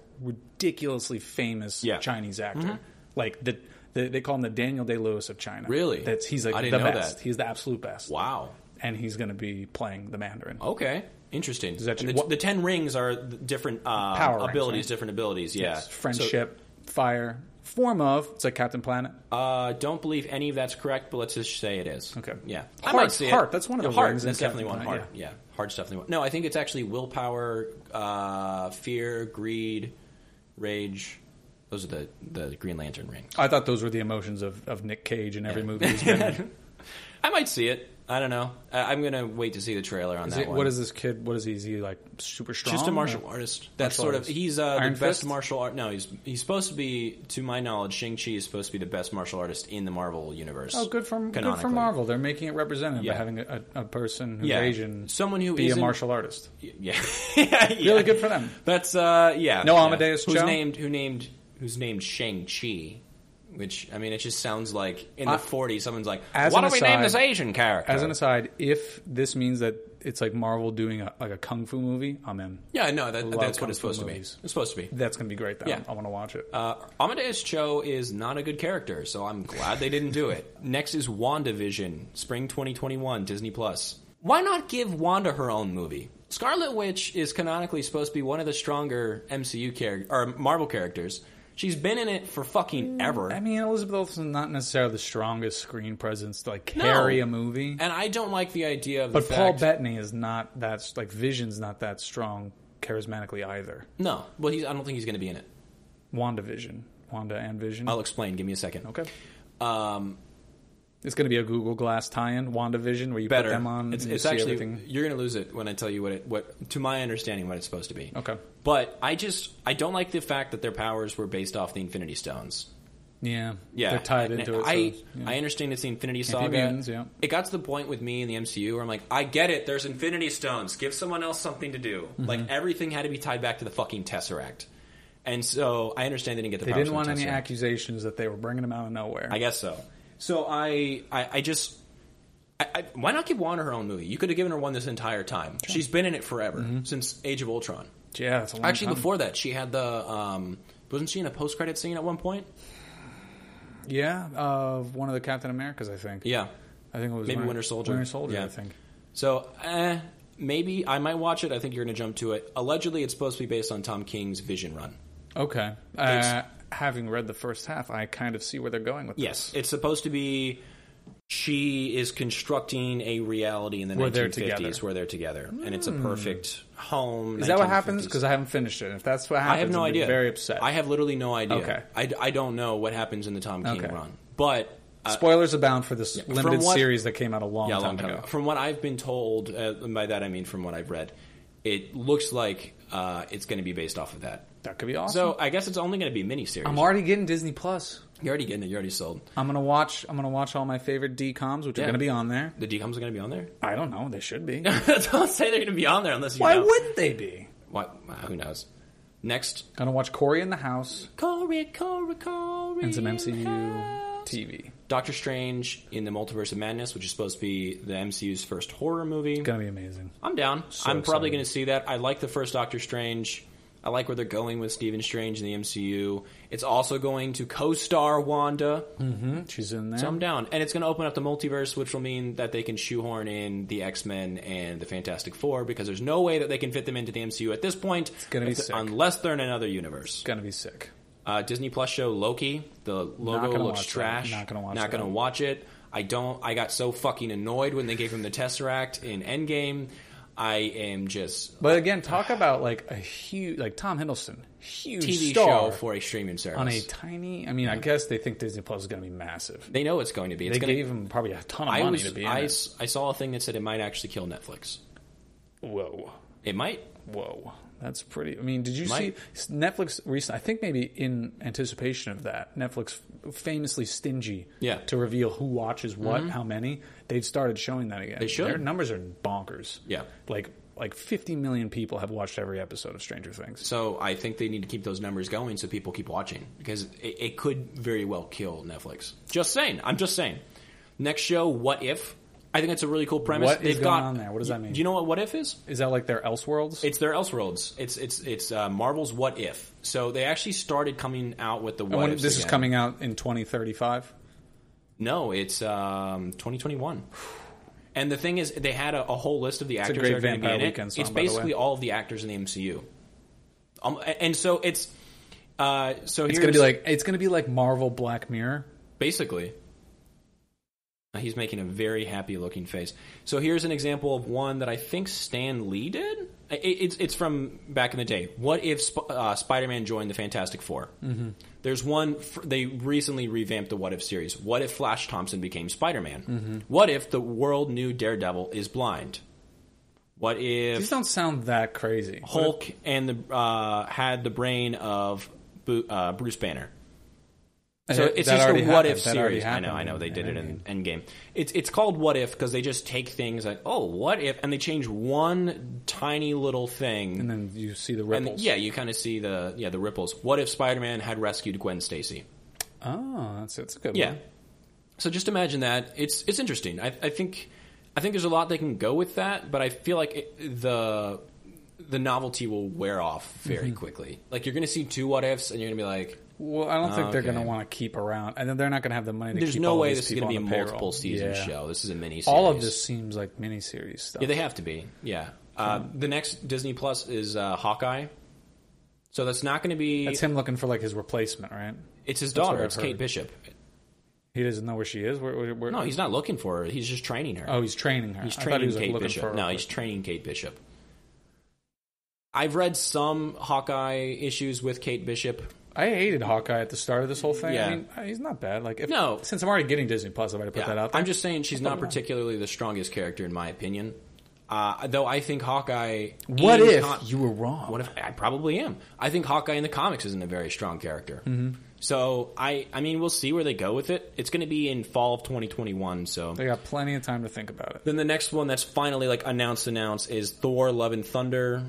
S2: ridiculously famous
S1: Yeah. Mm-hmm.
S2: Chinese actor. Like the, the they call him the Daniel Day Lewis of China.
S1: Really?
S2: That's he's like
S1: I didn't
S2: the
S1: know
S2: best.
S1: that.
S2: He's the absolute best.
S1: Wow.
S2: And he's gonna be playing the Mandarin.
S1: Okay. Interesting.
S2: that
S1: And
S2: your-
S1: the,
S2: what-
S1: the ten rings are the different uh,
S2: Power rings,
S1: abilities,
S2: right?
S1: different abilities. Yeah.
S2: It's friendship, fire, form of it's like Captain Planet.
S1: So, uh, don't believe any of that's correct, but let's just say it is.
S2: Okay.
S1: Yeah.
S2: Heart- heart, that's one of the
S1: heart.
S2: rings in
S1: That's definitely one
S2: Captain
S1: heart.
S2: Planet,
S1: Yeah. Heart's definitely one. No, I think it's actually willpower, uh, fear, greed, rage. Those are the the Green Lantern rings.
S2: I thought those were the emotions of, of Nick Cage in every movie. he's been in.
S1: I might see it. I don't know. I, I'm gonna wait to see the trailer on
S2: Is
S1: that
S2: it-
S1: one.
S2: what is this kid? What is he? Is he like super strong?
S1: Just a martial
S2: or-
S1: artist. That's
S2: Martial
S1: sort
S2: artist.
S1: of he's uh, the
S2: Iron
S1: best
S2: Fist?
S1: martial art. No, he's he's supposed to be, to my knowledge, Shang Chi is supposed to be the best martial artist in the Marvel universe.
S2: Oh, good for good for
S1: canonically.
S2: Marvel. They're making it representative by
S1: Yeah.
S2: having a, a, a person who's
S1: Yeah.
S2: Asian,
S1: Someone who
S2: be a
S1: isn't-
S2: martial artist.
S1: Yeah, yeah.
S2: Really good for them.
S1: That's uh, yeah.
S2: No
S1: yeah.
S2: Amadeus
S1: Who's
S2: Cho?
S1: named who named who's named Shang Chi? Which I mean, it just sounds like in
S2: I-
S1: the '40s, someone's like,
S2: As
S1: "Why
S2: an
S1: don't we name
S2: aside-
S1: this Asian character?"
S2: As an aside, if this means that it's like Marvel doing a, like a kung fu movie, I'm in.
S1: yeah, no, that,
S2: love
S1: that's
S2: kung
S1: what it's
S2: fu
S1: supposed
S2: movies.
S1: to be. It's supposed to be.
S2: That's gonna be great. Though.
S1: Yeah.
S2: I want to watch it.
S1: Uh, Amadeus Cho is not a good character, so I'm glad they didn't do it. Next is WandaVision, spring 2021, Disney Plus. Why not give Wanda her own movie? Scarlet Witch is canonically supposed to be one of the stronger MCU characters or Marvel characters. She's been in it for fucking ever.
S2: I mean, Elizabeth Olsen's not necessarly the strongest screen presence to like
S1: No.
S2: carry a movie,
S1: and I don't like the idea of
S2: but
S1: the
S2: Paul
S1: fact-
S2: Bettany is not that like Vision's not that strong charismatically either.
S1: No, well, he's, I don't think he's going to be in it.
S2: WandaVision, Wanda and Vision.
S1: I'll explain. Give me a second.
S2: okay.
S1: Um,
S2: It's going to be a Google Glass tie-in, WandaVision, where you
S1: better.
S2: put them on.
S1: it's
S2: and you
S1: it's
S2: see
S1: actually
S2: everything.
S1: you're going to lose it when I tell you what it what to my understanding what it's supposed to be.
S2: okay.
S1: But I just I don't like the fact that their powers were based off the Infinity Stones.
S2: Yeah,
S1: Yeah,
S2: they're tied
S1: And
S2: into it.
S1: I
S2: so, yeah.
S1: I understand it's the Infinity Saga.
S2: Amphibians, yeah.
S1: It got to the point with me in the MCU where I'm like, I get it. There's Infinity Stones. Give someone else something to do.
S2: Mm-hmm.
S1: Like everything had to be tied back to the fucking Tesseract. And so I understand they didn't get the.
S2: they
S1: powers
S2: didn't
S1: from
S2: want
S1: the
S2: any
S1: Tesseract.
S2: accusations that they were bringing them out of nowhere.
S1: I guess so. So I I, I just. I, I, why not give Wanda her own movie? You could have given her one this entire time. She's been in it forever since Age of Ultron.
S2: yeah, that's a long
S1: Mm-hmm. Actually,
S2: time.
S1: before that, she had the um, wasn't she in a post credit scene at one point?
S2: yeah, of one of the Captain Americas, I think.
S1: Yeah.
S2: I think it was
S1: Maybe
S2: Win-
S1: Winter Soldier.
S2: Winter Soldier,
S1: Yeah.
S2: I think.
S1: So eh, maybe I might watch it. I think you're going to jump to it. Allegedly, it's supposed to be based on Tom King's Vision Run.
S2: Okay. Uh, having read the first half, I kind of see where they're going with
S1: Yes, it's supposed to be. She is constructing a reality in the
S2: Where they're
S1: 1950s
S2: together.
S1: where they're together, Hmm. and it's a perfect home.
S2: this. Is that what happens? Because I haven't finished it. If that's what happens,
S1: I have no
S2: I'd be
S1: idea.
S2: Very upset.
S1: I have literally no idea.
S2: Okay.
S1: I, I don't know what happens in the Tom King
S2: Okay.
S1: run, but uh,
S2: Spoilers abound for this limited
S1: from what-
S2: series that came out a long,
S1: yeah, a
S2: time,
S1: long time
S2: ago.
S1: ago. From what I've been told, uh, and by that I mean from what I've read, it looks like uh, it's going to be based off of that.
S2: That could be awesome.
S1: So I guess it's only going to be miniseries.
S2: I'm already getting Disney Plus.
S1: you're already getting it. You're already sold.
S2: I'm gonna watch. I'm gonna watch all my favorite DComs, which are
S1: Yeah.
S2: gonna be on there.
S1: The DComs are going to be on there.
S2: I don't know. They should be.
S1: Don't say they're going to be on there unless you
S2: Why
S1: know.
S2: wouldn't they be?
S1: Why, uh, who knows? Next,
S2: Gonna watch Corey in the House
S1: Corey, Corey, Corey,
S2: and some MCU
S1: House.
S2: TV.
S1: Doctor Strange in the Multiverse of Madness, which is supposed to be the MCU's first horror movie.
S2: Gonna be amazing.
S1: I'm down. I'm probably
S2: excited.
S1: going to see that. I like the first Doctor Strange. I like where they're going with Stephen Strange in the MCU. It's also going to co-star Wanda.
S2: Mm-hmm. She's in there.
S1: So I'm down, and it's going to open up the multiverse, which will mean that they can shoehorn in the X Men and the Fantastic Four because there's no way that they can fit them into the MCU at this point,
S2: gonna be
S1: if-
S2: sick.
S1: unless they're in another universe.
S2: gonna be sick.
S1: Uh, Disney Plus show Loki. The logo
S2: gonna
S1: looks
S2: watch that.
S1: trash.
S2: Not gonna watch
S1: Not
S2: that.
S1: gonna watch it. I don't. I got so fucking annoyed when they gave him the Tesseract in Endgame. I am just
S2: But again, talk about like a huge, like Tom Hiddleston, huge
S1: TV show
S2: star
S1: for a streaming service.
S2: on a tiny. I mean, I guess they think Disney Plus is gonna be massive.
S1: they know it's going to be. It's
S2: They
S1: gonna,
S2: gave him probably a ton of
S1: I
S2: money
S1: was.
S2: to be in
S1: I,
S2: it.
S1: s- I saw a thing that said it might actually kill Netflix.
S2: Whoa,
S1: It might.
S2: whoa, that's pretty. I mean, did you
S1: Might-
S2: see Netflix recent? I think maybe in anticipation of that, Netflix famously stingy
S1: Yeah.
S2: to reveal who watches what, how many. They've started showing that again. Mm-hmm. They
S1: should.
S2: Their numbers are bonkers.
S1: Yeah.
S2: like like 50 million people have watched every episode of Stranger Things.
S1: So I think they need to keep those numbers going so people keep watching because it, it could very well kill Netflix. Just saying. I'm just saying. Next show, What If? I think that's a really cool premise.
S2: What is
S1: They've
S2: going
S1: got,
S2: on there? What does that mean?
S1: Do you know what What If is?
S2: Is that like their Elseworlds?
S1: It's their Elseworlds. It's it's it's uh, Marvel's What If. So they actually started coming out with the What
S2: When-
S1: Ifs
S2: this is
S1: again.
S2: coming out in 2035.
S1: No, it's um, 2021. And the thing is, they had a, a whole list of the actors
S2: great
S1: that are going to be
S2: Vampire
S1: in it.
S2: Weekend song,
S1: it's
S2: by the way.
S1: basically all of the actors in the MCU. Um, a- and so it's uh, so
S2: It's
S1: here's-
S2: gonna be like it's gonna be like Marvel Black Mirror.
S1: Basically. Uh, He's making a very happy looking face. So here's an example of one that I think Stan Lee did. I- It, it's, it's from back in the day. What if Sp- uh, Spider Man joined the Fantastic 4 Mm-hmm. There's one, f- they recently revamped the What If series. What if Flash Thompson became Spider Man? What if the world knew Daredevil is blind? What if
S2: These don't sound that crazy.
S1: Hulk and the uh, had the brain of Bu- uh, Bruce Banner? So
S2: That-
S1: it's
S2: that
S1: just a
S2: already
S1: what
S2: happened.
S1: if
S2: That already
S1: series. I know, I
S2: happened
S1: know. They did it
S2: Endgame.
S1: in Endgame. It's it's called what if because they just take things like oh what if and they change one tiny little
S2: and
S1: thing
S2: then you see the
S1: and
S2: ripples.
S1: yeah you kind of see the yeah the ripples. What if Spider Man had rescued Gwen Stacy?
S2: Oh, that's that's a good
S1: Yeah.
S2: one.
S1: So just imagine that. It's it's interesting. I, I think I think there's a lot they can go with that, but I feel like it, the the novelty will wear off very
S2: Mm-hmm.
S1: quickly. Like you're going to see two what ifs and you're going to be like
S2: Well, I don't think they're
S1: Okay.
S2: going to want to keep around, and then they're not going to have the money. to
S1: there's
S2: keep
S1: no
S2: all
S1: way
S2: these
S1: this is going
S2: people
S1: to be a
S2: on the payroll.
S1: multiple season
S2: Yeah.
S1: show. This is a mini
S2: All of this seems like miniseries stuff.
S1: Yeah, they have to be. Yeah. Uh, the next Disney Plus is uh, Hawkeye. So that's not going to be.
S2: That's him looking for like his replacement, right?
S1: it's his
S2: that's what
S1: daughter.
S2: I've
S1: It's Kate
S2: heard.
S1: Bishop.
S2: He doesn't know where she is. Where, where, where-
S1: No, he's not looking for her. He's just training her.
S2: oh, he's training her.
S1: he's
S2: I thought
S1: training
S2: he was like,
S1: Kate
S2: looking
S1: Bishop.
S2: for. her.
S1: no, he's training Kate Bishop. I've read some Hawkeye issues with Kate Bishop.
S2: I hated Hawkeye at the start of this whole thing.
S1: Yeah.
S2: I mean, I- he's not bad. Like, if,
S1: No.
S2: since I'm already getting Disney Plus, I've already put that out there.
S1: I'm just saying she's not particularly the strongest character in my opinion. Uh, though I think Hawkeye.
S2: what
S1: is
S2: if
S1: not-
S2: you were wrong?
S1: What if I probably am? I think Hawkeye in the comics isn't a very strong character. Mm-hmm. So I, I mean, we'll see where they go with it. It's going to be in fall of 2021. So
S2: They got plenty of time to think about it.
S1: then the next one that's finally like announced, announced is Thor: Love and Thunder.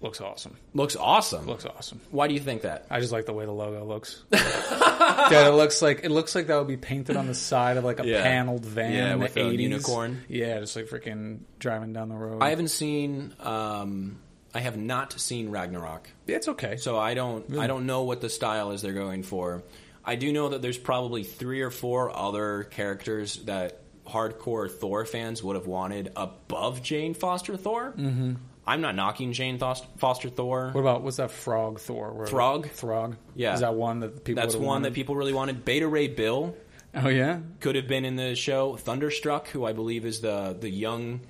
S2: Looks awesome.
S1: Looks awesome.
S2: Looks awesome.
S1: Why do you think that?
S2: I just like the way the logo looks. Dude, it looks like it looks like that would be painted on the side of like a
S1: Yeah.
S2: paneled van
S1: Yeah,
S2: in
S1: with
S2: the
S1: a
S2: 80s.
S1: unicorn.
S2: Yeah, just like freaking driving down the road.
S1: I haven't seen. Um, I have not seen Ragnarok,
S2: it's okay.
S1: so I don't. I don't know what the style is they're going for. I do know that there's probably three or four other characters that hardcore Thor fans would have wanted above Jane Foster Thor. Mm-hmm. I'm not knocking Jane Thos- Foster Thor.
S2: What about what's that Frog Thor? Where-
S1: Throg?
S2: Throg.
S1: Yeah.
S2: Is that one that people?
S1: That's
S2: would've
S1: one that
S2: wanted?
S1: people really wanted. Beta Ray Bill
S2: Oh yeah.
S1: could have been in the show. Thunderstruck, who I believe is the the young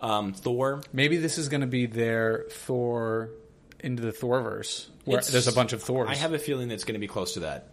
S1: um, Thor.
S2: Maybe this is going to be their Thor into the Thorverse, where
S1: It's-
S2: there's a bunch of Thors.
S1: I have a feeling that's going to be close to that.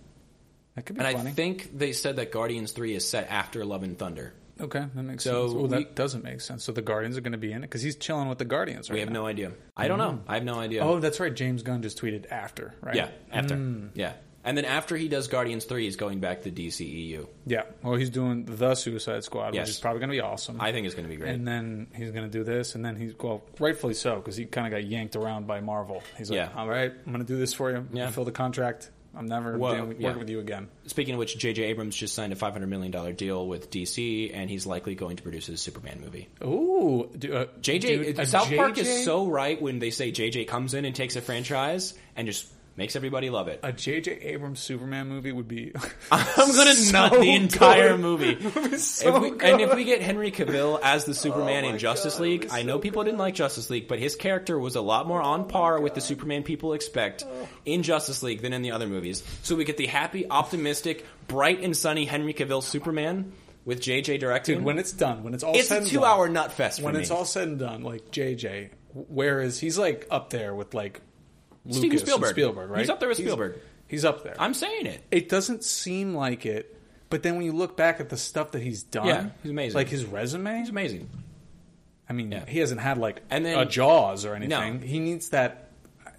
S2: that could be
S1: And
S2: funny.
S1: I think they said that Guardians 3 is set after Love and Thunder.
S2: okay, that makes
S1: So
S2: sense. Well,
S1: we-
S2: that doesn't make sense. So the Guardians are going to be in it because he's chilling with the Guardians right
S1: We have
S2: now.
S1: no idea. I don't know. I have no idea.
S2: Oh, that's right. James Gunn just tweeted after, right? Mm.
S1: yeah, after. Yeah. And then after he does Guardians 3, he's going back to E DCEU.
S2: Yeah. Well, he's doing the Suicide Squad,
S1: Yes.
S2: which is probably going to be awesome.
S1: I think it's going to be great.
S2: and then he's going to do this, and then he's well, rightfully so, because he kind of got yanked around by Marvel. He's like,
S1: Yeah.
S2: "All right, I'm going to do this for you.
S1: Yeah.
S2: Fulfill the contract. I'm never
S1: Whoa,
S2: doing- working
S1: yeah.
S2: with you again."
S1: Speaking of which, J.J. Abrams just signed a $500 million deal with DC, and he's likely going to produce his Superman movie.
S2: Ooh, do, uh,
S1: J.J.
S2: dude, a
S1: South Park is
S2: JJ
S1: so right when they say J.J. comes in and takes a franchise and just makes everybody love it.
S2: A J.J. Abrams Superman movie would be.
S1: I'm gonna
S2: so
S1: nut the entire
S2: good.
S1: movie.
S2: It was
S1: If
S2: so
S1: we-
S2: good.
S1: and if we get Henry Cavill as the Superman
S2: Oh my
S1: in Justice
S2: God,
S1: League,
S2: it'd be
S1: I know people didn't like Justice League, but his character was a lot more
S2: Oh
S1: on par with the Superman people expect in Justice League than in the other movies. So we get the happy, optimistic, bright and sunny Henry Cavill Superman with JJ directing.
S2: Dude, when it's done, when it's all
S1: it's
S2: said
S1: a
S2: and done,
S1: two-hour nut fest. For
S2: when
S1: me.
S2: it's all said and done, like J.J., where is he's like up there with like Lucas
S1: Steven
S2: and
S1: Spielberg.
S2: Spielberg, right?
S1: He's up there with
S2: He's-
S1: Spielberg.
S2: He's up there.
S1: I'm saying it.
S2: it doesn't seem like it, but then when you look back at the stuff that he's done,
S1: Yeah, he's amazing.
S2: Like his resume,
S1: It's amazing.
S2: I mean,
S1: Yeah.
S2: he hasn't had like
S1: And then-
S2: a Jaws or anything. He needs that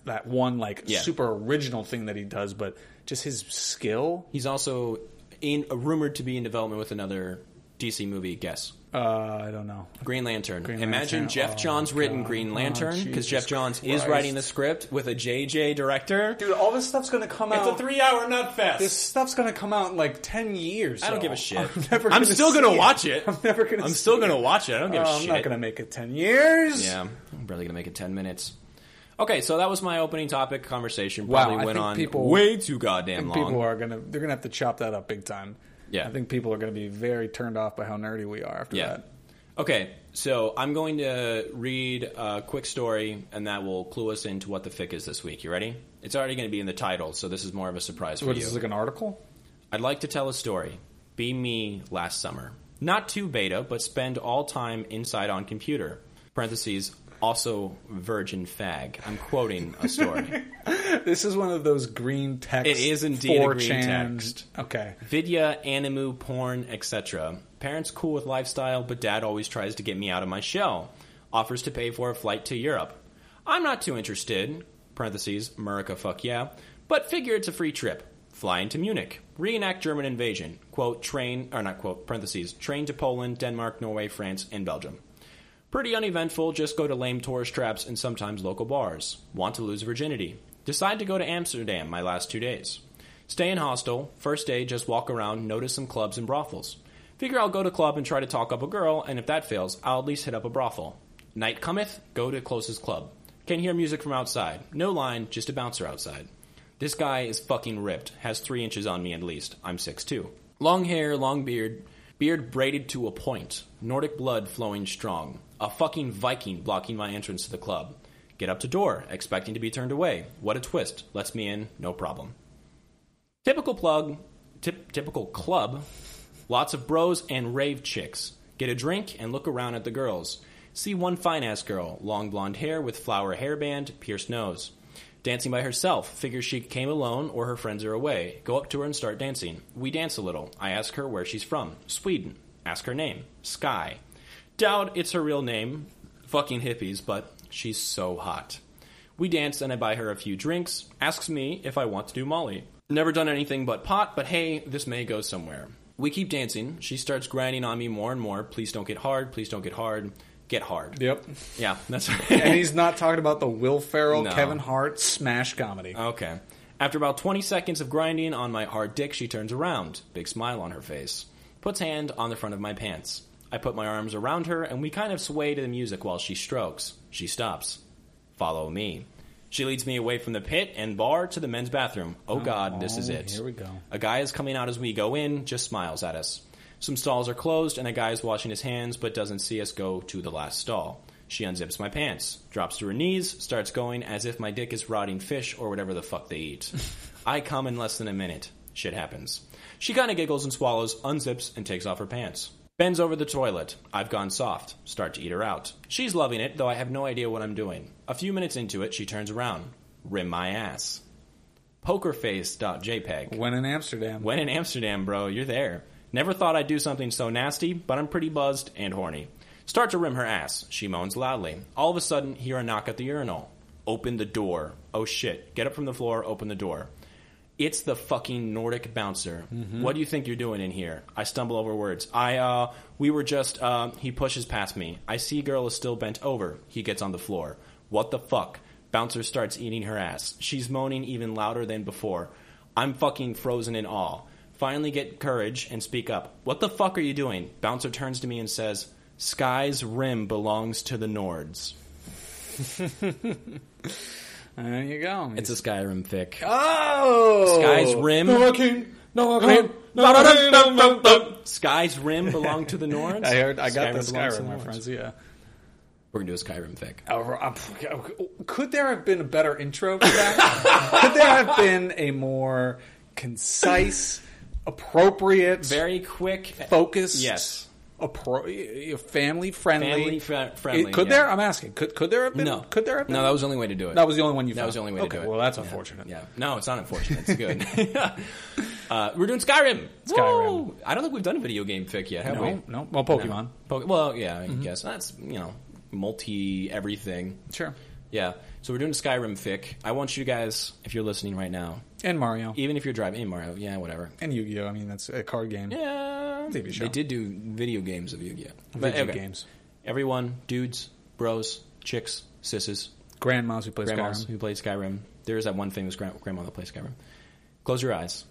S2: that one like
S1: Yeah.
S2: super original thing that he does, but just his skill.
S1: He's also in rumored to be in development with another DC movie. Guess.
S2: Uh, I don't know.
S1: Green Lantern.
S2: Green
S1: Imagine
S2: Lantern.
S1: Jeff
S2: Oh,
S1: Johns written
S2: God.
S1: Green
S2: Oh,
S1: Lantern because
S2: Jesus
S1: Jeff Johns is
S2: Christ.
S1: writing the script with a JJ director.
S2: Dude, all this stuff's gonna come
S1: it's a three-hour nut fest.
S2: this stuff's gonna come out in like ten years.
S1: I don't
S2: so
S1: give a shit.
S2: I'm,
S1: I'm,
S2: never gonna
S1: still
S2: see
S1: gonna
S2: it.
S1: watch it.
S2: I'm never gonna.
S1: I'm
S2: see
S1: still gonna
S2: it.
S1: watch it. I don't give
S2: Oh,
S1: a
S2: I'm
S1: shit.
S2: not gonna make it ten years.
S1: Yeah, I'm barely gonna make it ten minutes. Okay, so that was my opening topic conversation.
S2: Wow,
S1: Probably
S2: I
S1: went
S2: think
S1: on
S2: people-
S1: way too goddamn
S2: think
S1: long.
S2: people are gonna they're gonna have to chop that up big time.
S1: Yeah.
S2: I think people are gonna be very turned off by how nerdy we are after
S1: yeah.
S2: that.
S1: Okay, so I'm going to read a quick story, and that will clue us into what the fic is this week. You ready? It's already going to be in the title, so this is more of a surprise for
S2: What
S1: you.
S2: is this like an article?
S1: I'd like to tell a story. Be me last summer. Not too beta, but spend all time inside on computer. Parentheses, also virgin fag. I'm quoting a story.
S2: This is one of those green text.
S1: It is indeed a green
S2: 4chan.
S1: text.
S2: Okay.
S1: Vidya, animu, porn, etc. Parents cool with lifestyle, but dad always tries to get me out of my shell. Offers to pay for a flight to Europe. I'm not too interested. Parentheses, America, fuck yeah. But figure it's a free trip. Fly into Munich. Reenact German invasion. Quote, train, or not quote, parentheses, train to Poland, Denmark, Norway, France, and Belgium. Pretty uneventful, just go to lame tourist traps and sometimes local bars. Want to lose virginity. Decide to go to Amsterdam my last two days. Stay in hostel, first day just walk around, notice some clubs and brothels. Figure I'll go to club and try to talk up a girl, and if that fails, I'll at least hit up a brothel. Night cometh, go to closest club. Can hear music from outside. No line, just a bouncer outside. This guy is fucking ripped. Has three inches on me at least. I'm 6'2. Long hair, long beard. Beard braided to a point. Nordic blood flowing strong. A fucking Viking blocking my entrance to the club. Get up to door, expecting to be turned away. What a twist. Lets me in, no problem. Typical plug, tip, typical club. Lots of bros and rave chicks. Get a drink and look around at the girls. See one fine ass girl, long blonde hair with flower hairband, pierced nose. Dancing by herself, figure she came alone or her friends are away. Go up to her and start dancing. We dance a little. I ask her where she's from. Sweden. Ask her name. Sky. Doubt it's her real name. Fucking hippies, but she's so hot. We dance and I buy her a few drinks, asks me if I want to do Molly. Never done anything but pot, but hey, this may go somewhere. We keep dancing. She starts grinding on me more and more. Please don't get hard. Please don't get hard. Get hard.
S2: Yep.
S1: Yeah, that's
S2: And he's not talking about the Will Ferrell,
S1: No. Uh,
S2: Kevin Hart smash comedy.
S1: Okay. After about 20 seconds of grinding on my hard dick, she turns around, big smile on her face, puts hand on the front of my pants. I put my arms around her, and we kind of sway to the music while she strokes. She stops. Follow me. She leads me away from the pit and bar to the men's bathroom. Oh, God, this is
S2: Oh,
S1: it.
S2: here we go.
S1: A guy is coming out as we go in, just smiles at us. Some stalls are closed, and a guy is washing his hands but doesn't see us go to the last stall. She unzips my pants, drops to her knees, starts going as if my dick is rotting fish or whatever the fuck they eat. I come in less than a minute. Shit happens. She kinda giggles and swallows, unzips, and takes off her pants. Bends over the toilet. I've gone soft. Start to eat her out. She's loving it, though I have no idea what I'm doing. A few minutes into it, she turns around. Rim my ass. Pokerface.jpg.
S2: When in Amsterdam.
S1: When in Amsterdam, bro, you're there. Never thought I'd do something so nasty, but I'm pretty buzzed and horny. Start to rim her ass. She moans loudly. All of a sudden, hear a knock at the urinal. Open the door. Oh shit. Get up from the floor, open the door. It's the fucking Nordic bouncer. What do you think you're doing in here? I stumble over words. I, uh, we were just, uh, he pushes past me. I see girl is still bent over. He gets on the floor. What the fuck? Bouncer starts eating her ass. She's moaning even louder than before. I'm fucking frozen in awe. Finally get courage and speak up. What the fuck are you doing? Bouncer turns to me and says, Sky's rim belongs to the Nords.
S2: There you go.
S1: It's a Skyrim thick.
S2: oh,
S1: Sky's rim.
S2: No, I can't. No, I can't. No, I can't. No, no, no, no.
S1: Sky's rim belong to the Nords?
S2: I heard. I got the
S1: belongs to
S2: Skyrim
S1: Nords.
S2: reference. Yeah.
S1: We're going to do a Skyrim thick.
S2: Oh, I'm- Could there have been a better intro for that? Could there have been a more concise, appropriate,
S1: Very quick.
S2: focused,
S1: Yes.
S2: appro- family friendly?
S1: Family fri- friendly,
S2: could
S1: yeah.
S2: there? I'm asking. Could could there have been?
S1: No.
S2: Could there have been?
S1: No, that was the only way to do it.
S2: That was the only one you.
S1: That
S2: found.
S1: was the only way to
S2: okay,
S1: do it.
S2: Well, that's unfortunate.
S1: Yeah. No, it's not unfortunate. It's good. uh, we're doing Skyrim.
S2: Skyrim.
S1: Woo! I don't think we've done a video game fic yet, have
S2: No,
S1: we?
S2: no. Well, Pokemon. Mm-hmm.
S1: Poke- well, yeah, I guess that's you know multi everything.
S2: Sure.
S1: Yeah. So we're doing a Skyrim fic. I want you guys, if you're listening right now,
S2: And Mario.
S1: even if you're driving hey, Mario, yeah, whatever.
S2: And Yu Gi Oh. I mean, that's a card game.
S1: Yeah.
S2: TV show.
S1: They did do video games of Yu-Gi-Oh. But,
S2: Video
S1: okay.
S2: games.
S1: Everyone, dudes, bros, chicks, sisses,
S2: Grandmas who play
S1: grandmas
S2: Skyrim.
S1: who play Skyrim. There is that one famous gran- grandma that plays Skyrim. Close your eyes.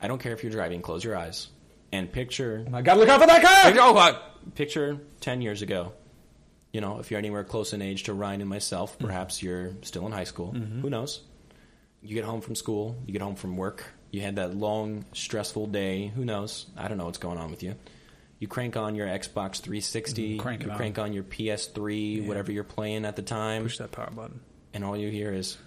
S1: I don't care if you're driving. Close your eyes and picture.
S2: I gotta look out for that card.
S1: Oh, uh, picture ten years ago. You know, if you're anywhere close in age to Ryan and myself,
S2: Mm-hmm.
S1: perhaps you're still in high school. Who knows? You get home from school. You get home from work. You had that long, stressful day. Who knows? I don't know what's going on with you. You crank on your Xbox 360.
S2: Mhm, crank it
S1: you
S2: on.
S1: crank on your PS3, whatever you're playing at the time
S2: Push that power button.
S1: and all you hear is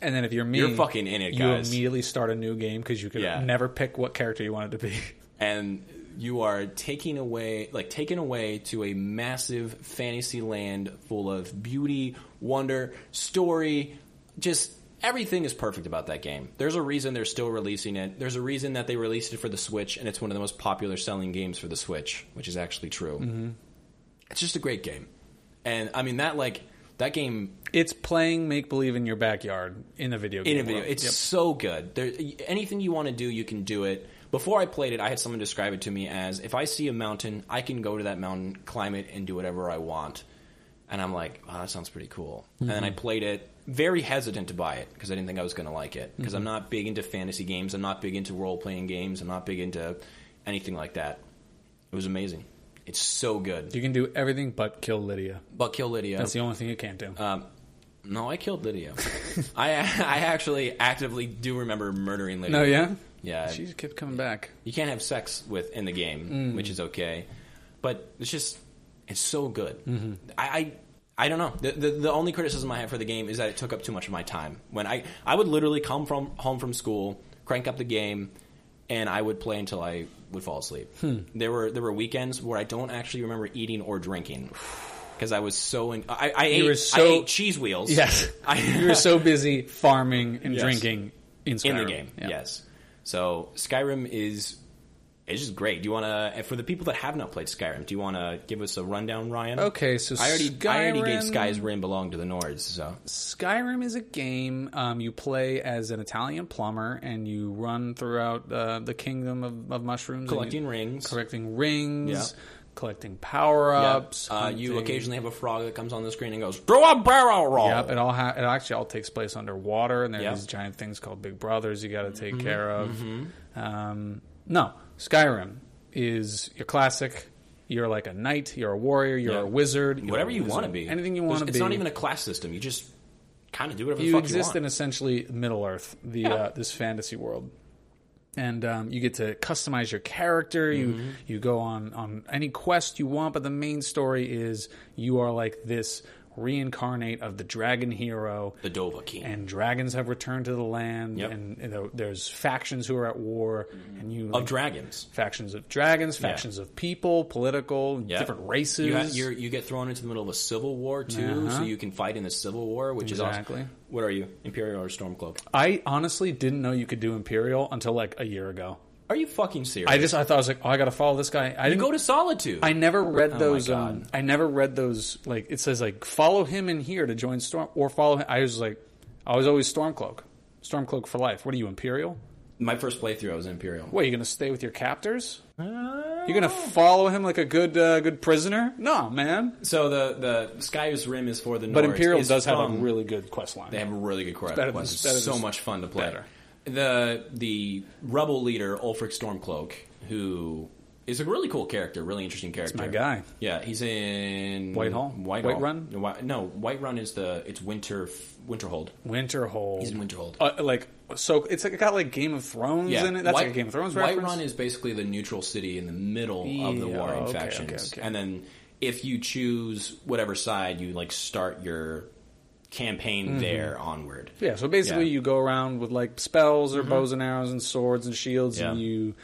S2: And then if you're me,
S1: You're fucking in it,
S2: You
S1: guys.
S2: immediately start a new game because you could
S1: Yeah.
S2: never pick what character you wanted to be.
S1: and you are taking away like taken away to a massive fantasy land full of beauty, wonder, story, just everything is perfect about that game. There's a reason they're still releasing it. There's a reason that they released it for the Switch and it's one of the most popular selling games for the Switch, which is actually true. It's just a great game. And I mean that like that game
S2: It's playing make believe in your backyard in a video game.
S1: in a video.
S2: world.
S1: It's
S2: Yep.
S1: so good. There, anything you want to do, you can do it. Before I played it, I had someone describe it to me as if I see a mountain, I can go to that mountain, climb it, and do whatever I want. And I'm like, wow, that sounds pretty cool. And then I
S2: Mm-hmm.
S1: played it, very hesitant to buy it because I didn't think I was going to like it.
S2: Mm-hmm.
S1: Because I'm not big into fantasy games, I'm not big into role playing games, I'm not big into anything like that. It was amazing. It's so good.
S2: you can do everything but kill Lydia.
S1: But kill Lydia.
S2: That's the only thing you can't do.
S1: Um, no, I killed Lydia. I I actually actively do remember murdering Lydia.
S2: no, yeah,
S1: Yeah.
S2: She just kept coming back.
S1: You can't have sex with in the game,
S2: Mm.
S1: which is okay. But it's just it's so good.
S2: Mm-hmm.
S1: I. I I don't know. The, the the only criticism I have for the game is that it took up too much of my time. When I I would literally come from home from school, crank up the game, and I would play until I would fall asleep.
S2: Hmm.
S1: There were there were weekends where I don't actually remember eating or drinking because I was so in, I I
S2: You were
S1: ate, I
S2: so-
S1: ate cheese wheels.
S2: Yes,
S1: I,
S2: you were so busy farming and
S1: Yes.
S2: drinking in,
S1: in the
S2: Skyrim.
S1: game.
S2: Yeah.
S1: Yes. So Skyrim is it's just great. Do you want to for the people that have not played Skyrim? Do you want to give us a rundown, Ryan?
S2: Okay, so
S1: I already I already gave
S2: Skyrim-
S1: Sky's Rim belong to the Nords. So
S2: Skyrim is a game um, you play as an Italian plumber and you run throughout uh, the kingdom of, of mushrooms, and
S1: collecting
S2: you-
S1: rings.
S2: collecting rings,
S1: Yeah.
S2: collecting power
S1: Yeah.
S2: ups.
S1: Uh, you occasionally have a frog that comes on the screen and goes, "Throw a barrel roll."
S2: Yep, it all ha- it actually all takes place underwater, and there are
S1: Yeah. Mm-hmm.
S2: these giant things called Big Brothers you got to take care of. Um, no, Skyrim is your classic. You're like a knight, you're a warrior, you're
S1: Yeah.
S2: a wizard, you're
S1: Whatever
S2: a
S1: you
S2: wizard,
S1: want to be,
S2: anything you
S1: There's-
S2: want to be.
S1: It's not even a class system. You just kind of do whatever
S2: you
S1: the fuck
S2: exist
S1: you
S2: in
S1: want.
S2: essentially Middle Earth, the uh, this fantasy world, and um, you get to customize your character.
S1: Mm-hmm.
S2: You you go on on any quest you want, but the main story is you are like this reincarnate of the dragon hero.
S1: the Dova King.
S2: And dragons have returned to the land,
S1: Yep. Mm-hmm.
S2: and you know, there's factions who are at war, and you
S1: of
S2: like,
S1: dragons.
S2: factions of dragons, factions of people, political,
S1: Yeah.
S2: different races. Uh-huh.
S1: You, ha- you're, you get thrown into the middle of a civil war too, so you can fight in the civil war, which is
S2: Exactly.
S1: awesome. What are you, Imperial or Stormcloak?
S2: I honestly didn't know you could do Imperial until like a year ago.
S1: Are you fucking serious?
S2: I just I thought I was like, oh, I gotta follow this guy. I didn't.
S1: go to Solitude.
S2: I never read those.
S1: God.
S2: Um, I never read those. Like it says, like follow him in here to join Storm or follow him. I was like, I was always Stormcloak, Stormcloak for life. What are you Imperial?
S1: My first playthrough, I was Imperial.
S2: What are you gonna stay with your captors? You're
S1: Oh.
S2: gonna follow him like a good uh, good prisoner? No, man.
S1: So the the Sky's Rim is for the
S2: But
S1: Nords.
S2: Imperial
S1: It's
S2: does have a
S1: from-
S2: really good quest line.
S1: They have a really good crowd.
S2: better
S1: It's,
S2: than-
S1: it's
S2: better than-
S1: so much fun to play.
S2: better.
S1: The the rebel leader Ulfric Stormcloak, who is a really cool character, really interesting character.
S2: my guy.
S1: Yeah, he's in
S2: Whitehall?
S1: Whitehall.
S2: Whiterun?
S1: Whi- No, Whiterun is the it's Winter Winterhold.
S2: Winterhold.
S1: He's in Winterhold.
S2: Uh, like so, it's like, got like Game of Thrones
S1: Yeah,
S2: in it. That's
S1: White-
S2: like a Game of Thrones
S1: Whiterun
S2: reference.
S1: is basically the neutral city in the middle of the
S2: Yeah,
S1: warring
S2: okay,
S1: factions,
S2: okay, okay.
S1: and then if you choose whatever side, you like start your campaign there onward.
S2: Mm-hmm. Yeah, so basically
S1: Yeah. Mm-hmm.
S2: you go around with like spells or bows and arrows and swords and shields and
S1: Yeah.
S2: you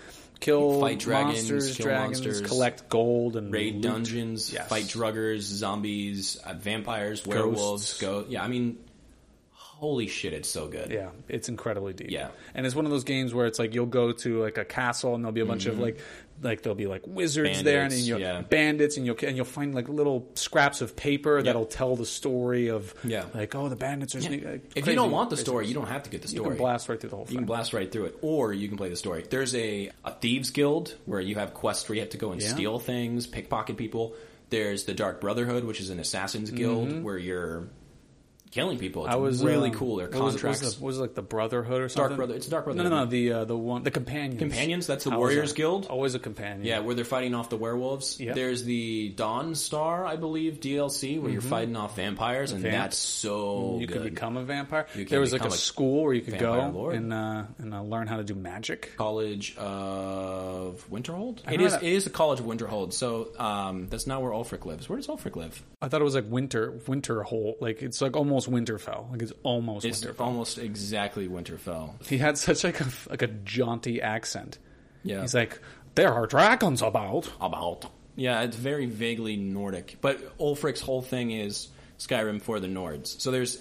S2: kill
S1: Fight dragons,
S2: monsters,
S1: kill
S2: dragons,
S1: monsters.
S2: collect gold and
S1: raid
S2: loot.
S1: dungeons,
S2: Yes.
S1: fight druggers, zombies, uh, vampires, werewolves, go. Yeah, I mean, holy shit, it's so good.
S2: Yeah, it's incredibly deep.
S1: Yeah.
S2: And it's one of those games where it's like you'll go to like a castle and there'll be a bunch of like like there'll be like wizards there and,
S1: Mm-hmm. Bandits,
S2: you'll
S1: yeah.
S2: bandits and you'll and you'll find like little scraps of paper that'll tell the story of
S1: Yeah.
S2: like oh the bandits are sneak- like,
S1: If
S2: crazy-
S1: you don't want the
S2: crazy.
S1: story, you don't have to get the
S2: you
S1: story.
S2: can blast right through the whole
S1: You
S2: thing.
S1: can blast right through it, or you can play the story. There's a, a thieves guild where you have quests where you have to go and
S2: Yeah.
S1: steal things, pickpocket people. There's the Dark Brotherhood, which is an assassins guild where you're killing people. It's
S2: Mm-hmm. I was
S1: really
S2: um,
S1: cool. Their
S2: what was- what
S1: contracts.
S2: Was, the- what was it, like the Brotherhood or something?
S1: Brother- it's Dark
S2: No,
S1: Brotherhood.
S2: no, no. The uh, the one the companions.
S1: Companions? That's the
S2: I was
S1: Warriors
S2: a-
S1: Guild?
S2: Always a companion.
S1: Yeah, where they're fighting off the werewolves.
S2: Yep.
S1: There's the Dawn Star, I believe, DLC, where you're fighting off vampires, and
S2: Vamps.
S1: that's so
S2: Mm-hmm. Mm, you
S1: good.
S2: could become a vampire.
S1: You can
S2: There was like a,
S1: become a
S2: school where you could go
S1: vampire lord.
S2: and uh, and uh, learn how to do magic.
S1: College of Winterhold. It
S2: heard
S1: is.
S2: of-
S1: It is the College of Winterhold. So um, that's not where Ulfric lives. Where does Ulfric live?
S2: I thought it was like winter winter hole. Like it's like almost Winterfell. Like it's almost
S1: It's
S2: Winterfell.
S1: almost exactly Winterfell.
S2: He had such like a like a jaunty accent.
S1: Yeah.
S2: He's like there are dragons about.
S1: about. Yeah, it's very vaguely Nordic. But Ulfric's whole thing is Skyrim for the Nords. So there's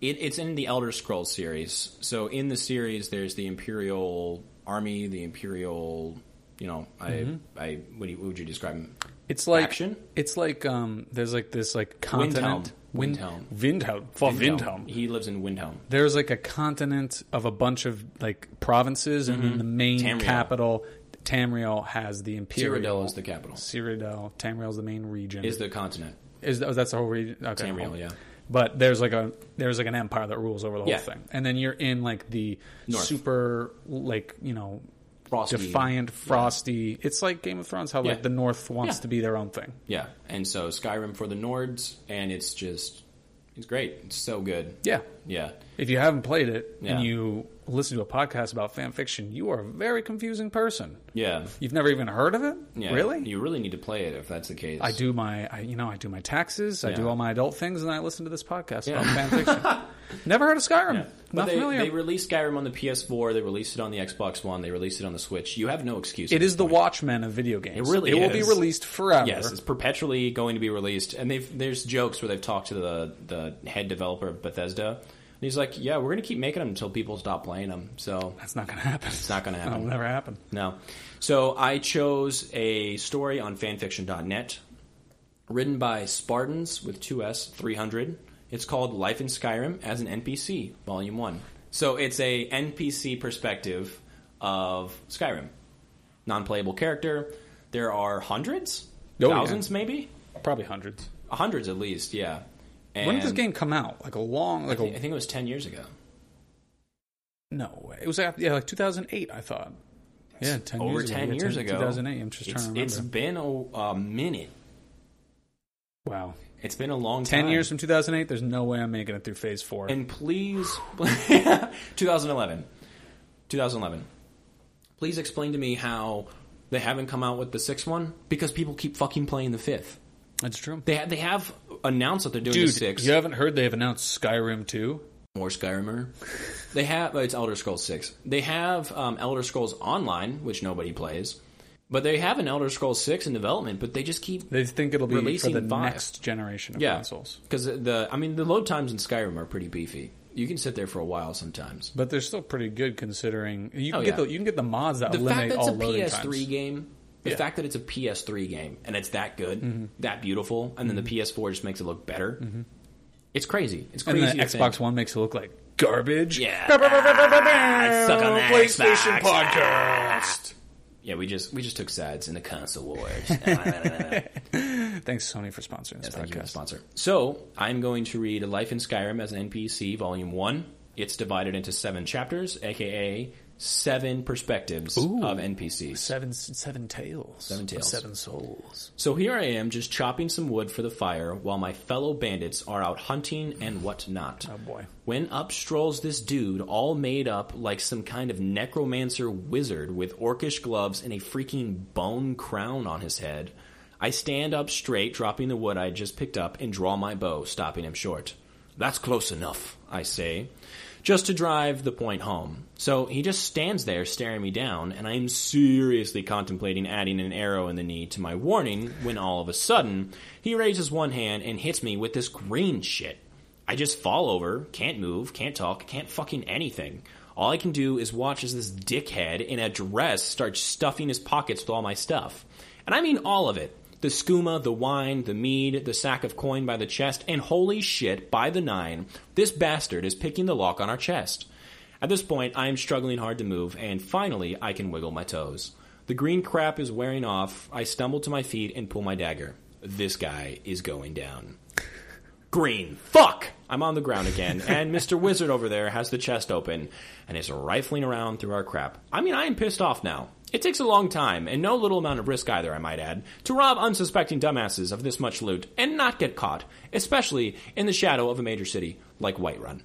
S1: it, it's in the Elder Scrolls series. So in the series there's the Imperial Army, the Imperial you know, I
S2: Mm-hmm.
S1: I what, do you, what would you describe them?
S2: It's like
S1: Faction?
S2: it's like um there's like this like continent Win-
S1: Windhelm.
S2: Windhelm. For Windhelm.
S1: He lives in Windhelm.
S2: there's like a continent of a bunch of like provinces, and then the main
S1: Mm-hmm. Tamriel.
S2: capital, Tamriel, has the imperial.
S1: Cyrodiil is the capital.
S2: Cyrodiil, Tamriel's the main region.
S1: Is the continent.
S2: Is- oh, that's the whole region? Okay,
S1: Tamriel,
S2: cool.
S1: yeah.
S2: But there's like a there's like an empire that rules over the whole
S1: Yeah.
S2: thing, and then you're in like the
S1: North.
S2: super like you know
S1: Frosty.
S2: defiant, frosty. It's like Game of Thrones, how
S1: Yeah.
S2: like the North wants
S1: Yeah.
S2: to be their own thing.
S1: Yeah. And so Skyrim for the Nords and it's just it's great. It's so good.
S2: Yeah.
S1: Yeah.
S2: If you haven't played it
S1: Yeah.
S2: and you listen to a podcast about fan fiction, you are a very confusing person.
S1: Yeah.
S2: You've never even heard of it?
S1: Yeah.
S2: Really?
S1: You really need to play it if that's the case.
S2: I do my, I, you know, I do my taxes, I
S1: Yeah.
S2: do all my adult things, and I listen to this podcast about fan fiction. Never heard of Skyrim.
S1: But
S2: Not
S1: they,
S2: familiar.
S1: they released Skyrim on the PS4. They released it on the Xbox One. They released it on the Switch. You have no excuse.
S2: it is the Watchmen of video games.
S1: It really
S2: It will be
S1: is.
S2: released forever.
S1: yes. It's perpetually going to be released. And they've there's jokes where they've talked to the the head developer of Bethesda, and he's like, "Yeah, we're going to keep making them until people stop playing them." So
S2: That's not going to happen. It's
S1: not gonna happen.
S2: It'll never happen.
S1: no. So I chose a story on fanfiction.net written by Spartans with two S, 300. It's called Life in Skyrim as an NPC, Volume 1. So it's a NPC perspective of Skyrim. Non-playable character. There are hundreds?
S2: Oh, yeah.
S1: thousands maybe?
S2: Probably hundreds.
S1: Hundreds at least, yeah. And
S2: when did this game come out? Like a long, like
S1: I thi- I
S2: a
S1: think it was 10 years ago.
S2: no way. It was after, yeah, like 2008. I thought. Yeah, ten
S1: Over
S2: years
S1: 10
S2: ago. Yeah,
S1: years ago.
S2: 2008. I'm just
S1: It's-
S2: trying to remember.
S1: It's been a, a minute.
S2: Wow.
S1: It's been a long
S2: 10
S1: time.
S2: years from 2008, there's no way I'm making it through phase four.
S1: And please, 2011, 2011. Please explain to me how they haven't come out with the sixth one because people keep fucking playing the fifth.
S2: That's true.
S1: They ha- they have announced that they're doing the
S2: Dude,
S1: sixth
S2: you haven't heard they've announced Skyrim 2?
S1: or Skyrimer. They have oh, it's Elder Scrolls Six. They have um, Elder Scrolls Online, which nobody plays, but they have an Elder Scrolls Six in development. But they just keep
S2: They think it'll be
S1: Releasing
S2: for the
S1: five.
S2: next generation of consoles.
S1: because the I mean the load times in Skyrim are pretty beefy. You can sit there for a while sometimes.
S2: But they're still pretty good considering you can
S1: Oh,
S2: get
S1: yeah.
S2: the you can get the mods that
S1: The fact
S2: eliminate
S1: that it's a
S2: all loading
S1: PS3
S2: times.
S1: game, the
S2: Yeah. Mm-hmm.
S1: fact that it's a PS3 game and it's that good, that beautiful, and then the PS4 just makes it look better. It's crazy. It's
S2: And
S1: crazy.
S2: then
S1: to
S2: Xbox
S1: think.
S2: One makes it look like garbage.
S1: Yeah.
S2: Bah, bah, bah, bah, bah, bah, bah.
S1: Suck on that,
S2: PlayStation
S1: Xbox.
S2: podcast.
S1: Yeah, we just we just took sides in the console wars.
S2: Thanks Sony for sponsoring this
S1: Thank you,
S2: podcast.
S1: sponsor. So I'm going to read Life in Skyrim as an NPC, Volume One. It's divided into seven chapters, aka seven perspectives
S2: Ooh.
S1: of NPCs.
S2: Seven seven tails. Seven
S1: tails.
S2: Seven souls.
S1: So here I am, just chopping some wood for the fire, while my fellow bandits are out hunting and whatnot.
S2: Oh, boy.
S1: When up strolls this dude, all made up like some kind of necromancer wizard with orcish gloves and a freaking bone crown on his head. I stand up straight, dropping the wood I had just picked up, and draw my bow, stopping him short. That's close enough, I say, just to drive the point home. So he just stands there staring me down, and I am seriously contemplating adding an arrow in the knee to my warning when all of a sudden he raises one hand and hits me with this green shit. I just fall over, can't move, can't talk, can't fucking anything. All I can do is watch as this dickhead in a dress starts stuffing his pockets with all my stuff. And I mean all of it. The skooma, the wine, the mead, the sack of coin by the chest, and holy shit, by the nine, this bastard is picking the lock on our chest. At this point, I am struggling hard to move, and finally, I can wiggle my toes. The green crap is wearing off. I stumble to my feet and pull my dagger. This guy is going down. Green. Fuck! I'm on the ground again, and Mr. Wizard over there has the chest open and is rifling around through our crap. I mean, I am pissed off now. It takes a long time, and no little amount of risk either, I might add, to rob unsuspecting dumbasses of this much loot and not get caught, especially in the shadow of a major city like Whiterun.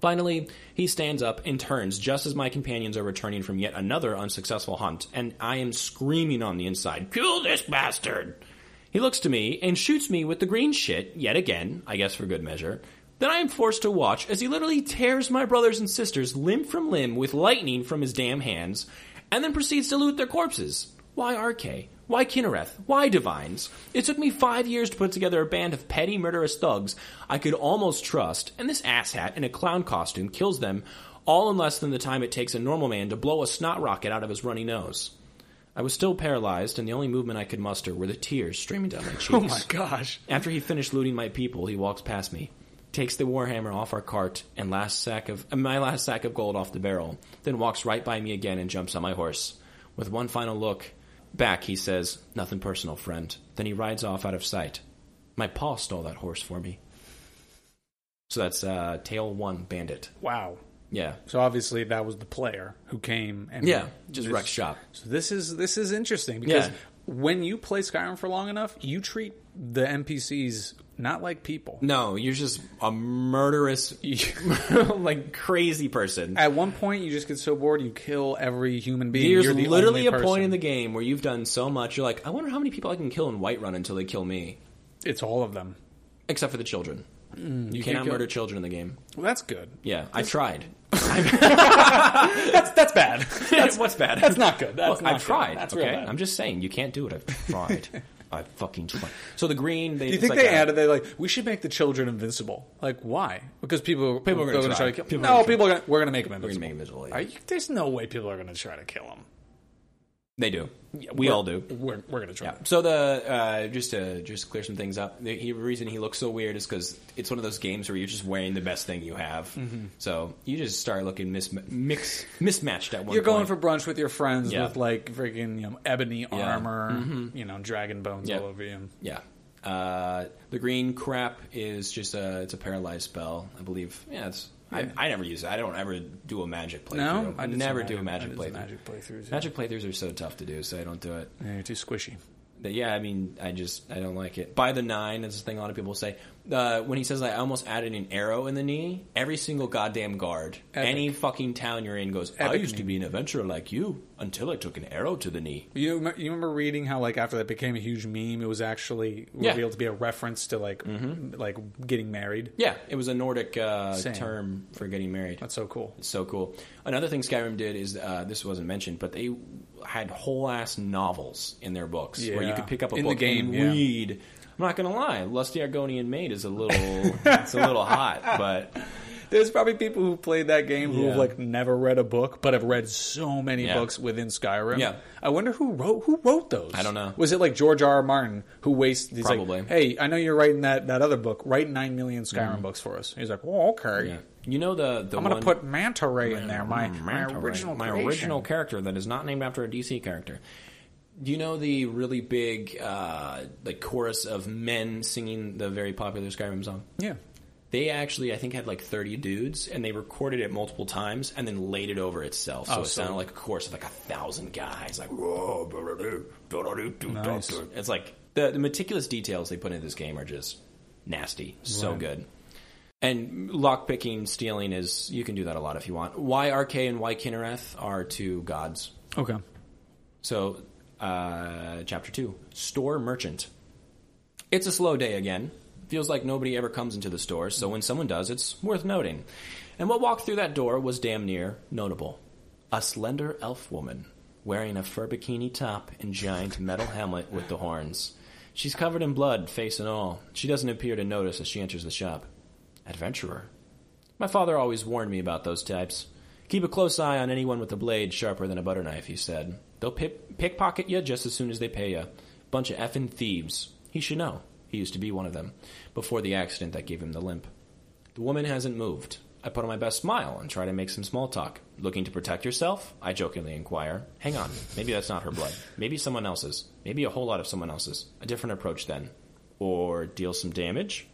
S1: Finally, he stands up and turns just as my companions are returning from yet another unsuccessful hunt, and I am screaming on the inside, Kill this bastard! He looks to me and shoots me with the green shit yet again, I guess for good measure. Then I am forced to watch as he literally tears my brothers and sisters limb from limb with lightning from his damn hands, and then proceeds to loot their corpses. Why RK? Why Kinnereth? Why Divines? It took me five years to put together a band of petty murderous thugs I could almost trust, and this asshat in a clown costume kills them all in less than the time it takes a normal man to blow a snot rocket out of his runny nose. I was still paralyzed, and the only movement I could muster were the tears streaming down my cheeks.
S2: Oh my gosh.
S1: After he finished looting my people, he walks past me, takes the warhammer off our cart and last sack of and my last sack of gold off the barrel, then walks right by me again and jumps on my horse. With one final look back, he says, "Nothing personal, friend." Then he rides off out of sight. My paw stole that horse for me. So that's uh, Tail One Bandit.
S2: Wow.
S1: Yeah,
S2: So obviously that was the player who came and
S1: yeah, just
S2: this-
S1: wreck shop.
S2: So this is this is interesting because
S1: Yeah.
S2: when you play Skyrim for long enough, you treat the NPCs not like people.
S1: No, you're just a murderous, like crazy person.
S2: At one point, you just get so bored you kill every human being.
S1: There's
S2: You're the
S1: literally
S2: only
S1: a point
S2: person.
S1: in the game where you've done so much. You're like, I wonder how many people I can kill in Whiterun until they kill me,
S2: It's all of them.
S1: except for the children. you cannot
S2: Mm, kill-
S1: murder children in the game.
S2: Well, that's good.
S1: Yeah, I've tried.
S2: That's that's bad.
S1: That's what's bad.
S2: That's not good. That's
S1: Look,
S2: not
S1: I've
S2: good.
S1: tried.
S2: That's real
S1: okay,
S2: bad.
S1: I'm just saying you can't do it. I've tried. I fucking tried. So the green. They,
S2: you
S1: it's
S2: think
S1: like
S2: they
S1: a-
S2: added? They're like, we should make the children invincible. Like, why? Because people people
S1: are gonna
S2: to
S1: try.
S2: to kill.
S1: People are
S2: no,
S1: gonna
S2: people are gonna, we're going to make them
S1: Green
S2: invincible.
S1: make invisible.
S2: Are you- there's no way people are going to try to kill them.
S1: They do. we all do.
S2: We're, we're going to try.
S1: So the uh, just to just clear some things up, the he, reason he looks so weird is because it's one of those games where you're just wearing the best thing you have.
S2: Mm-hmm.
S1: So you just start looking mis- mix, mismatched at one.
S2: You're going
S1: point.
S2: for brunch with your friends
S1: Yeah.
S2: with like freaking you know, ebony armor,
S1: Mm-hmm.
S2: you know, dragon bones
S1: Yeah.
S2: all over you.
S1: yeah. Uh, the green crap is just a it's a paralyzed spell, I believe. Yeah, it's
S2: Yeah.
S1: I, I never use it. I don't ever do a magic playthrough.
S2: No,
S1: I
S2: did
S1: never
S2: some
S1: do a magic
S2: I did
S1: playthrough.
S2: some Magic playthroughs. yeah.
S1: Magic playthroughs are so tough to do, so I don't do it.
S2: Yeah, you're too squishy.
S1: But yeah, I mean, I just I don't like it. By the nine is the thing a lot of people say. Uh, when he says I almost added an arrow in the knee, every single goddamn guard,
S2: Epic.
S1: any fucking town you're in, goes. I
S2: Epic
S1: used to
S2: meme.
S1: be an adventurer like you until I took an arrow to the knee.
S2: You remember, you remember reading how like after that became a huge meme, it was
S1: Yeah.
S2: actually
S1: Mm-hmm.
S2: revealed to be a reference to like like getting married.
S1: Yeah, it was a Nordic uh,
S2: Same.
S1: term for getting married.
S2: That's so cool.
S1: It's so cool. Another thing Skyrim did is uh, this wasn't mentioned, but they had whole ass novels in their books where you
S2: Yeah.
S1: could pick up a
S2: In the
S1: book
S2: game,
S1: and
S2: yeah.
S1: read. I'm not gonna lie, Lusty Argonian Maid is a little it's a little hot, but
S2: There's probably people who played that game who have
S1: Yeah.
S2: like never read a book, but have read so many
S1: Yeah.
S2: books within Skyrim.
S1: Yeah.
S2: I wonder who wrote who wrote those.
S1: I don't know.
S2: Was it like George R. R. Martin who wasted? He's
S1: Probably.
S2: Like, hey, I know you're writing that, that other book. Write nine million Skyrim books for us. He's like, oh, okay.
S1: yeah. you know the the
S2: I'm
S1: one,
S2: gonna put Manta Ray in there. My
S1: Mm,
S2: my
S1: Manta Ray.
S2: original
S1: my
S2: creation.
S1: original character that is not named after a DC character. Do you know the really big uh, like chorus of men singing the very popular Skyrim song?
S2: Yeah.
S1: they actually i think had like 30 dudes and they recorded it multiple times and then laid it over itself so
S2: Oh,
S1: it
S2: so-
S1: sounded like a chorus of like a thousand guys like "Whoa, ba-da-doo, da-da-doo, doo, da,
S2: Nice.
S1: doo." it's like the, the meticulous details they put into this game are just nasty so
S2: Right.
S1: good and lockpicking stealing is you can do that a lot if you want yrk and y Kinnereth are two gods
S2: Okay.
S1: so, uh, chapter two, store merchant. It's a slow day again. Feels like nobody ever comes into the store, so when someone does, it's worth noting. And what walked through that door was damn near notable. A slender elf woman, wearing a fur bikini top and giant metal helmet with the horns. She's covered in blood, face and all. She doesn't appear to notice as she enters the shop. Adventurer. My father always warned me about those types. Keep a close eye on anyone with a blade sharper than a butter knife, he said. They'll pip- pickpocket you just as soon as they pay you. Bunch of effing thieves. He should know. He used to be one of them, before the accident that gave him the limp. The woman hasn't moved. I put on my best smile and try to make some small talk. Looking to protect yourself? I jokingly inquire. Hang on, maybe that's not her blood. Maybe someone else's. Maybe a whole lot of someone else's. A different approach then. Or deal some damage?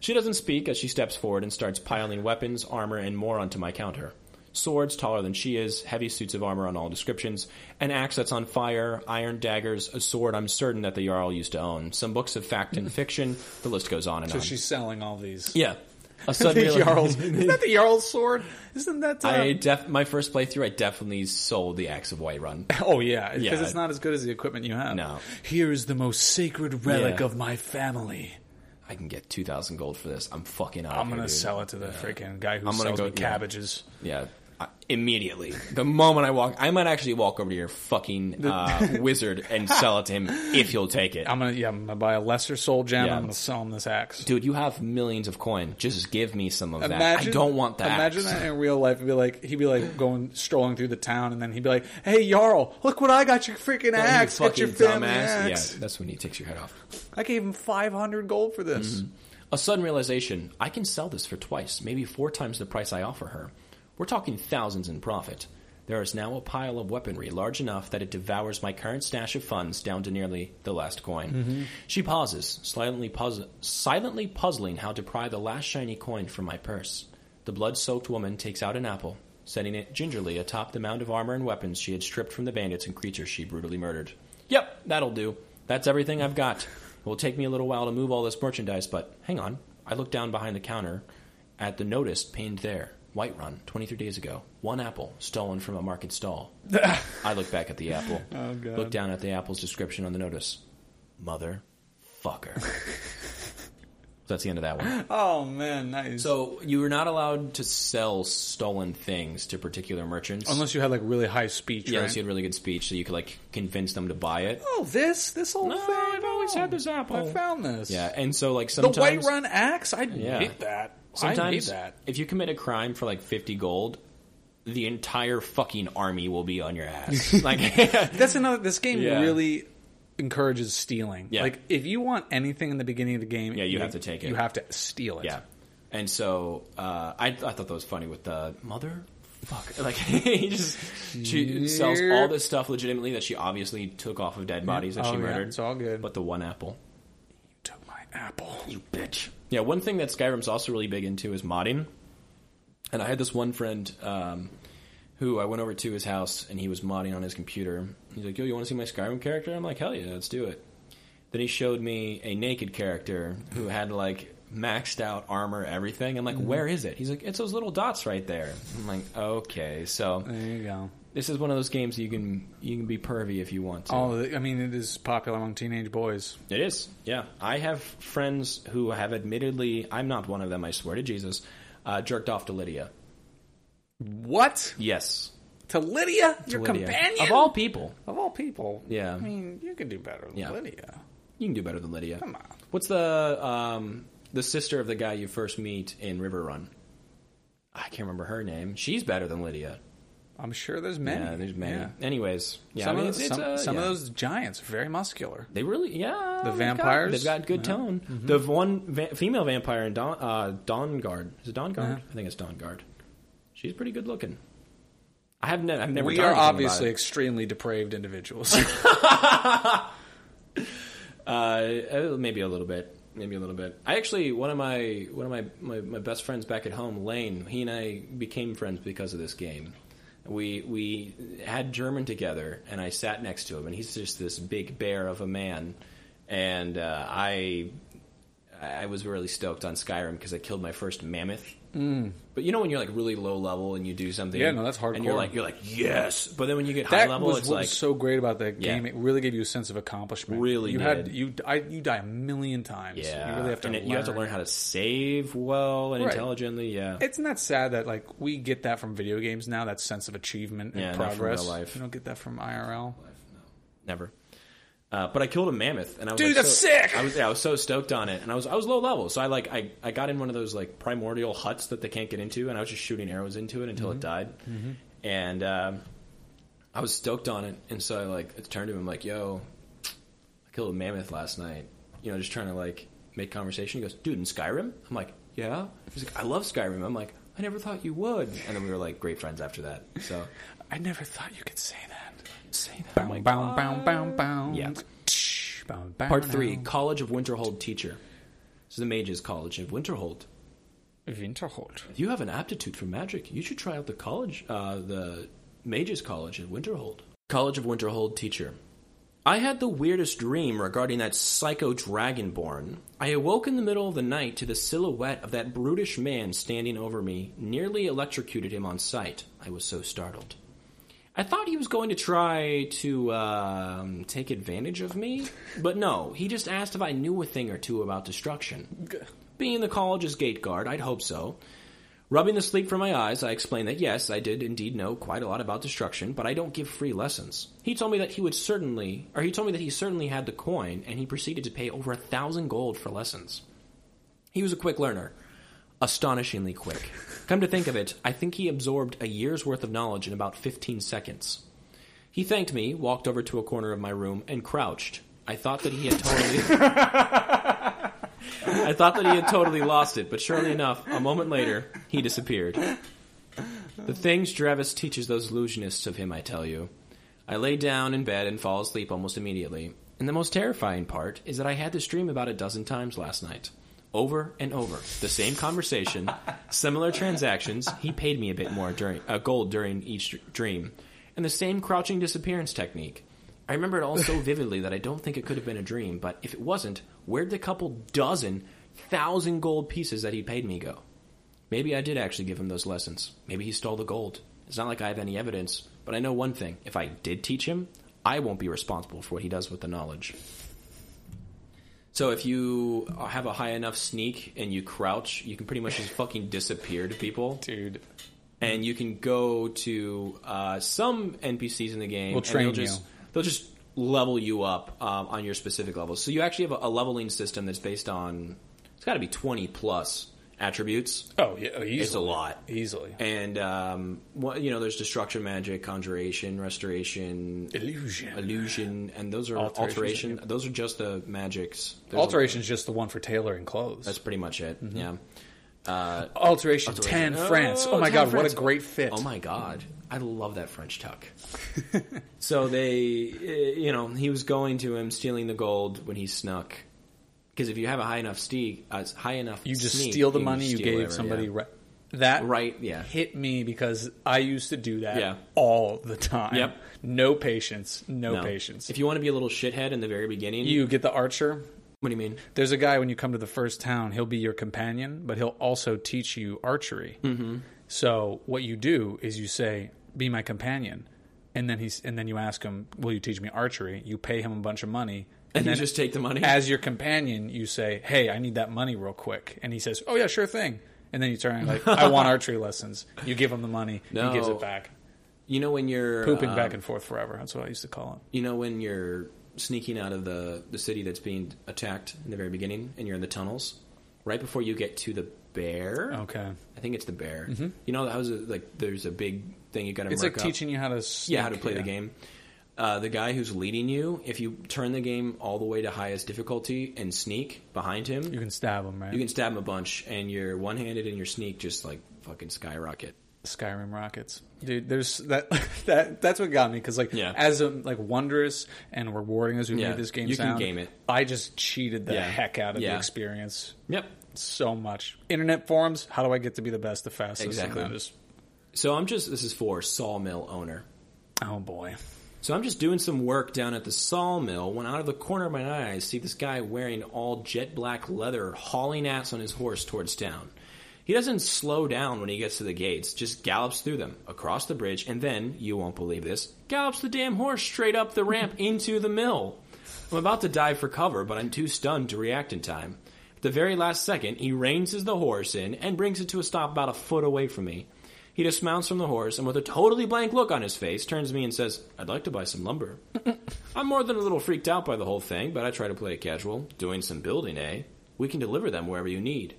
S1: She doesn't speak as she steps forward and starts piling weapons, armor, and more onto my counter. Swords taller than she is, heavy suits of armor on all descriptions, an axe that's on fire, iron daggers, a sword I'm certain that the Jarl used to own, some books of fact and fiction, the list goes on and
S2: So
S1: on.
S2: she's selling all these.
S1: yeah. A
S2: the
S1: sudden reali-
S2: Jarl's. Isn't that the Jarl's sword? Isn't that? Uh,
S1: I def- my first playthrough, I definitely sold the Axe of Whiterun.
S2: oh yeah, because
S1: Yeah.
S2: it's not as good as the equipment you have.
S1: No.
S2: Here is the most sacred relic
S1: Yeah.
S2: of my family.
S1: I can get 2,000 gold for this. I'm fucking out of
S2: I'm
S1: here,
S2: gonna
S1: dude.
S2: sell it to the freaking guy who
S1: gonna
S2: sells
S1: go-
S2: me
S1: yeah.
S2: cabbages.
S1: Yeah. I- Immediately, the moment I walk, I might actually walk over to your fucking uh, wizard and sell it to him if he'll take it.
S2: I'm gonna yeah, I'm gonna buy a lesser soul gem.
S1: Yeah.
S2: I'm gonna sell him this axe.
S1: Dude, you have millions of coin. Just give me some of that. I
S2: Imagine-
S1: don't want that.
S2: Imagine that in real life. It'd be like he'd be like going strolling through the town, and then he'd be like, "Hey, Jarl, look what I got! Your freaking
S1: You
S2: axe! Get
S1: fucking
S2: your family
S1: dumbass.
S2: axe!
S1: Yeah, that's when he takes your head off.
S2: I gave him 500 gold for this.
S1: A sudden realization I can sell this for twice, maybe four times the price I offer her. We're talking thousands in profit. There is now a pile of weaponry large enough that it devours my current stash of funds down to nearly the last coin. She pauses, silently, puzz- silently puzzling how to pry the last shiny coin from my purse. The blood soaked woman takes out an apple, setting it gingerly atop the mound of armor and weapons she had stripped from the bandits and creatures she brutally murdered. Yep, that'll do. That's everything I've got. It will take me a little while to move all this merchandise, but hang on. I look down behind the counter at the notice pinned there. Whiterun, 23 days ago. One apple stolen from a market stall. I look back at the apple.
S2: Oh, God.
S1: Look down at the apple's description on the notice. Mother fucker. That's the end of that one.
S2: Oh man, nice.
S1: So you were not allowed to sell stolen things to particular merchants.
S2: unless you had like really high speech,
S1: yeah,
S2: right?
S1: unless you had really good speech, so you could like convince them to buy it.
S2: oh, this this whole
S1: No,
S2: thing. Oh,
S1: I've always had this apple.
S2: I found this.
S1: Yeah, and so like
S2: the
S1: sometimes
S2: white run axe. I
S1: Yeah.
S2: hate that. I hate
S1: sometimes
S2: that.
S1: if you commit a crime for like fifty gold, the entire fucking army will be on your ass. like
S2: That's another. This game
S1: Yeah.
S2: really encourages stealing.
S1: Yeah.
S2: Like if you want anything in the beginning of the game,
S1: Yeah, you have to take it.
S2: You have to steal it.
S1: yeah, and so uh, I I thought that was funny with the mother. Fuck! Like he just she sells all this stuff legitimately that she obviously took off of dead bodies that
S2: Oh,
S1: she
S2: yeah,
S1: murdered.
S2: it's all good.
S1: But the one apple.
S2: You took my apple. You bitch.
S1: Yeah, one thing that Skyrim's also really big into is modding. And I had this one friend um, who I went over to his house and he was modding on his computer. He's like, "Yo, you want to see my Skyrim character?" I'm like, "Hell yeah, let's do it." Then he showed me a naked character who had like maxed out armor, everything. I'm like, "Where is it?" He's like, "It's those little dots right there." I'm like, "Okay, so
S2: There you go.
S1: this is one of those games you can you can be pervy if you want to."
S2: All the, I mean, it is popular among teenage boys.
S1: It is, yeah. I have friends who have admittedly, I'm not one of them. I swear to Jesus, uh, jerked off to Lydia.
S2: What
S1: Yes,
S2: to Lydia, your
S1: Lydia.
S2: companion
S1: of all people.
S2: Of all people.
S1: Yeah.
S2: I mean, you could do better than
S1: Yeah.
S2: Lydia.
S1: You can do better than Lydia.
S2: Come on.
S1: What's the um, the sister of the guy you first meet in River Run? I can't remember her name. She's better than Lydia.
S2: I'm sure there's many.
S1: Yeah, there's many.
S2: Yeah.
S1: Anyways, yeah,
S2: some
S1: I mean,
S2: of,
S1: it's- it's,
S2: some,
S1: uh,
S2: some of
S1: yeah.
S2: those giants are very muscular.
S1: They really, yeah.
S2: The
S1: they've got-
S2: vampires? Mm-hmm.
S1: They've got good tone. The one va- female vampire in Don, uh, Dawn Guard. Is it Dawn Guard?
S2: Uh-huh.
S1: I think it's Dawn Guard. She's pretty good looking. I have ne- I've never.
S2: we
S1: done
S2: are
S1: anything about
S2: obviously
S1: it.
S2: extremely depraved individuals.
S1: Uh, uh, maybe a little bit. Maybe a little bit. I actually one of my one of my, my, my best friends back at home, Lane. He and I became friends because of this game. We we had German together, and I sat next to him, and he's just this big bear of a man, and uh, I I was really stoked on Skyrim because I killed my first mammoth. Mm. But you know when you're like really low level and you do something,
S2: Yeah, no, that's
S1: And you're
S2: hardcore.
S1: like you're like yes, but then when you get high
S2: that
S1: level,
S2: was
S1: it's
S2: what
S1: like
S2: was so great about that
S1: Yeah.
S2: game. It really gave you a sense of accomplishment.
S1: Really
S2: you had
S1: did.
S2: you I, you die a million times.
S1: Yeah,
S2: you really have to.
S1: And it-
S2: learn.
S1: you have to learn how to save well and
S2: Right.
S1: intelligently. Yeah,
S2: It's not sad that like we get that from video games now. That sense of achievement and
S1: Yeah, not from
S2: progress.
S1: real life.
S2: You don't get that from IRL.
S1: never. Uh, but I killed a mammoth, and I was
S2: Dude,
S1: like,
S2: that's
S1: so-
S2: sick!
S1: I was yeah, I was so stoked on it, and I was I was low level, so I like I, I got in one of those like primordial huts that they can't get into, and I was just shooting arrows into it
S2: Mm-hmm.
S1: until it died, and um, I was stoked on it, and so I like turned to him like, "Yo, I killed a mammoth last night," you know, just trying to like make conversation. He goes, "Dude, in Skyrim?" I'm like, "Yeah." He's like, "I love Skyrim." I'm like, "I never thought you would," and then we were like great friends after that. So
S2: I never thought you could say that. Oh
S1: say that.
S2: Bow, bow, bow, bow, bow.
S1: Yeah.
S2: Tsh, bow, bow,
S1: Part three:
S2: now.
S1: College of Winterhold teacher. This is the Mages College of Winterhold.
S2: Winterhold.
S1: If you have an aptitude for magic, you should try out the college, uh, the Mages College at Winterhold. College of Winterhold teacher. I had the weirdest dream regarding that psycho dragonborn. I awoke in the middle of the night to the silhouette of that brutish man standing over me, nearly electrocuted him on sight. I was so startled. I thought he was going to try to um, take advantage of me, but no, he just asked if I knew a thing or two about destruction. Being the college's gate guard, I'd hope so. Rubbing the sleep from my eyes, I explained that yes, I did indeed know quite a lot about destruction, but I don't give free lessons. He told me that he would certainly, or he told me that he certainly had the coin, and he proceeded to pay over a thousand gold for lessons. He was a quick learner. Astonishingly quick. Come to think of it, I think he absorbed a year's worth of knowledge in about 15 seconds. He thanked me, walked over to a corner of my room, and crouched. I thought that he had totally. I thought that he had totally lost it, but surely enough, a moment later, he disappeared. The things Dravis teaches those illusionists of him, I tell you. I lay down in bed and fall asleep almost immediately. And the most terrifying part is that I had this dream about a dozen times last night. Over and over, the same conversation, similar transactions. He paid me a bit more during uh, gold during each dr- dream, and the same crouching disappearance technique. I remember it all so vividly that I don't think it could have been a dream. But if it wasn't, where'd the couple dozen thousand gold pieces that he paid me go? Maybe I did actually give him those lessons. Maybe he stole the gold. It's not like I have any evidence, but I know one thing. If I did teach him, I won't be responsible for what he does with the knowledge. So if you have a high enough sneak and you crouch, you can pretty much just fucking disappear to people,
S2: Dude.
S1: and you can go to uh, some NPCs in the game.
S2: Will
S1: and
S2: train
S1: they'll just,
S2: you.
S1: They'll just level you up um, on your specific levels. So you actually have a, a leveling system that's based on it's got to be twenty plus attributes.
S2: Oh yeah, easily.
S1: It's a lot.
S2: Easily.
S1: And um, what, you know, there's destruction magic, conjuration, restoration,
S2: Illusion.
S1: illusion, and those are
S2: Alterations,
S1: alteration. Those are just the magics. There's a-
S2: Alteration is just the one for tailoring clothes.
S1: that's pretty much it. Yeah.
S2: Alteration, Mm-hmm. ten
S1: Oh,
S2: France. Oh my
S1: 10
S2: god, what
S1: France.
S2: a great fit.
S1: Oh my god, I love that French tuck. so they, eh, you know, he was going to him, stealing the gold when he snuck. Because if you have a high enough steak, uh, high enough,
S2: you just
S1: sneak,
S2: steal the
S1: you can
S2: money you
S1: steal
S2: gave
S1: whatever,
S2: somebody
S1: yeah.
S2: right that
S1: Right, yeah.
S2: hit me because I used to do that
S1: Yeah.
S2: all the time.
S1: Yep.
S2: No patience. No,
S1: No.
S2: patience.
S1: If you want to be a little shithead in the very beginning,
S2: you get the archer,
S1: what do you mean?
S2: there's a guy when you come to the first town, he'll be your companion, but he'll also teach you archery. Mm-hmm. So what you do is you say, "Be my companion," and then he's and then you ask him, "Will you teach me archery?" You pay him a bunch of money,
S1: And, you just take the money.
S2: as your companion, you say, "Hey, I need that money real quick," and he says, "Oh yeah, sure thing." And then you turn and like, "I want archery lessons." You give him the money,
S1: No.
S2: he gives it back,
S1: you know when you're
S2: pooping
S1: um,
S2: back and forth forever. That's what I used to call it.
S1: You know when you're sneaking out of the, the city that's being attacked in the very beginning and you're in the tunnels? Right before you get to the bear.
S2: Okay,
S1: I think it's the bear. You know that was a, like there's a big thing you got to
S2: Mm-hmm. it's like
S1: up.
S2: teaching you how to
S1: yeah,
S2: sneak,
S1: how to play the game. Uh, the guy who's leading you, if you turn the game all the way to highest difficulty and sneak behind him,
S2: You can stab him, right?
S1: you can stab him a bunch, and you're one handed and your sneak just like fucking skyrocket.
S2: Skyrim rockets, dude. There's that that that's what got me because like
S1: Yeah.
S2: as um like wondrous and rewarding as we
S1: Yeah,
S2: made this game,
S1: you can
S2: sound,
S1: game it.
S2: I just cheated the
S1: Yeah.
S2: heck out of the
S1: Yeah.
S2: experience
S1: Yep.
S2: so much. Internet forums. How do I get to be the best, the fastest?
S1: Exactly.
S2: And I just-
S1: So I'm just this is for sawmill owner.
S2: oh boy.
S1: So I'm just doing some work down at the sawmill when out of the corner of my eye I see this guy wearing all jet black leather hauling ass on his horse towards town. He doesn't slow down when he gets to the gates, just gallops through them, across the bridge, and then, you won't believe this, gallops the damn horse straight up the ramp into the mill. I'm about to dive for cover, but I'm too stunned to react in time. At the very last second, he reins his the horse in and brings it to a stop about a foot away from me. He dismounts from the horse and, with a totally blank look on his face, turns to me and says, I'd like to buy some lumber. I'm more than a little freaked out by the whole thing, but I try to play it casual. Doing some building, eh? We can deliver them wherever you need.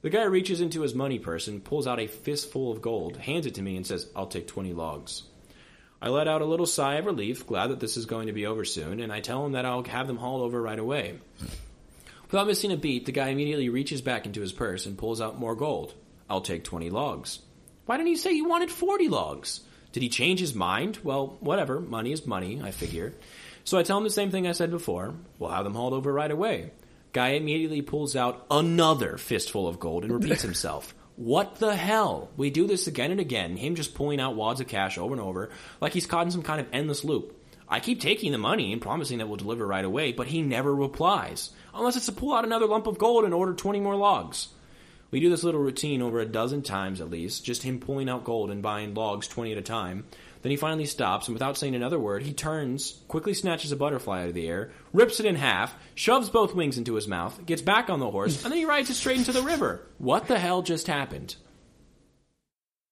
S1: The guy reaches into his money purse and pulls out a fistful of gold, hands it to me, and says, I'll take 20 logs. I let out a little sigh of relief, glad that this is going to be over soon, and I tell him that I'll have them hauled over right away. Without missing a beat, the guy immediately reaches back into his purse and pulls out more gold. I'll take 20 logs. Why didn't he say you wanted 40 logs? Did he change his mind? Well, whatever. Money is money, I figure. So I tell him the same thing I said before. We'll have them hauled over right away. Guy immediately pulls out another fistful of gold and repeats himself. What the hell? We do this again and again, him just pulling out wads of cash over and over, like he's caught in some kind of endless loop. I keep taking the money and promising that we'll deliver right away, but he never replies, unless it's to pull out another lump of gold and order 20 more logs. We do this little routine over a dozen times at least, just him pulling out gold and buying logs 20 at a time. Then he finally stops, and without saying another word, he turns, quickly snatches a butterfly out of the air, rips it in half, shoves both wings into his mouth, gets back on the horse, and then he rides it straight into the river. What the hell just happened?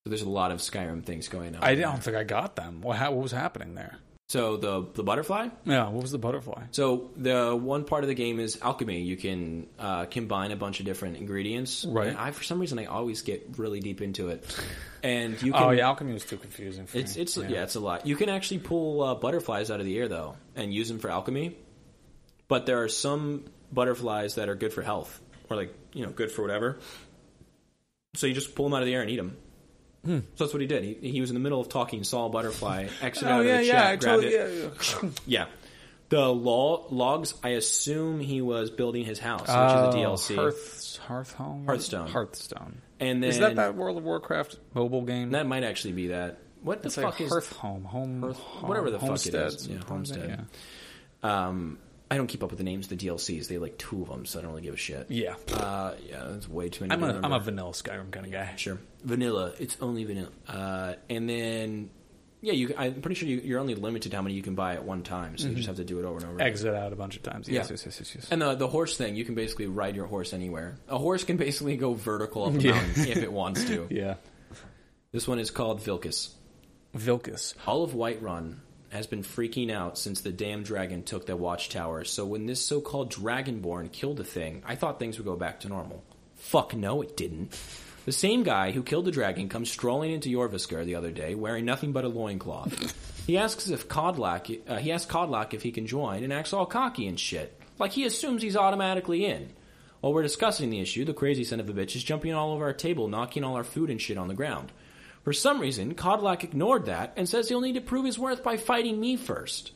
S1: So there's a lot of Skyrim things going on.
S2: I don't think I got them. What, how, what was happening there?
S1: so the the butterfly?
S2: Yeah, what was the butterfly?
S1: So the one part of the game is alchemy. You can uh, combine a bunch of different ingredients.
S2: Right.
S1: And I, for some reason, I always get really deep into it, and you can.
S2: oh, yeah, alchemy was too confusing for
S1: It's
S2: me.
S1: it's yeah. it's a lot. You can actually pull uh, butterflies out of the air though, and use them for alchemy. But there are some butterflies that are good for health, or like you know, good for whatever. So you just pull them out of the air and eat them.
S2: Hmm.
S1: So that's what he did. He, he was in the middle of talking, saw a butterfly, exited out
S2: Oh
S1: of
S2: yeah,
S1: the
S2: yeah,
S1: chat,
S2: I
S1: grabbed
S2: totally.
S1: it,
S2: Yeah, yeah.
S1: yeah. The lo- logs, I assume he was building his house, which is a DLC.
S2: Oh, Hearth, Hearth Home?
S1: Hearthstone.
S2: Uh, Hearthstone.
S1: And then
S2: Is that that World of Warcraft mobile game?
S1: that might actually be that. What the
S2: It's like
S1: fuck is
S2: Hearth Home, Home, home
S1: whatever the fuck it is.
S2: homestead,
S1: Yeah,
S2: something like
S1: homestead.
S2: that,
S1: um I don't keep up with the names of the DLCs. They have like two of them, so I don't really give a shit.
S2: Yeah. yeah.
S1: Uh, yeah, that's way too many.
S2: I'm
S1: to
S2: a,
S1: remember.
S2: I'm a vanilla Skyrim kind of guy.
S1: Sure. Vanilla. It's only vanilla. Uh, and then, yeah, you. I'm pretty sure you, you're only limited how many you can buy at one time, so you
S2: Mm-hmm.
S1: just have to do it over and over.
S2: Exit out a bunch of times. Yes,
S1: Yeah.
S2: yes, yes, yes, yes.
S1: And the the horse thing, you can basically ride your horse anywhere. A horse can basically go vertical up a mountain if it wants to.
S2: yeah.
S1: This one is called Vilcus.
S2: Vilcus.
S1: All of Whiterun has been freaking out since the damn dragon took the watchtower. So when this so-called dragonborn killed the thing, I thought things would go back to normal. Fuck no, it didn't. The same guy who killed the dragon comes strolling into Yorviskar the other day wearing nothing but a loincloth. He asks if Codlack, uh, he asks Codlack if he can join and acts all cocky and shit. Like he assumes he's automatically in. While we're discussing the issue, the crazy son of a bitch is jumping all over our table, knocking all our food and shit on the ground. For some reason, Kodlak ignored that and says he'll need to prove his worth by fighting me first.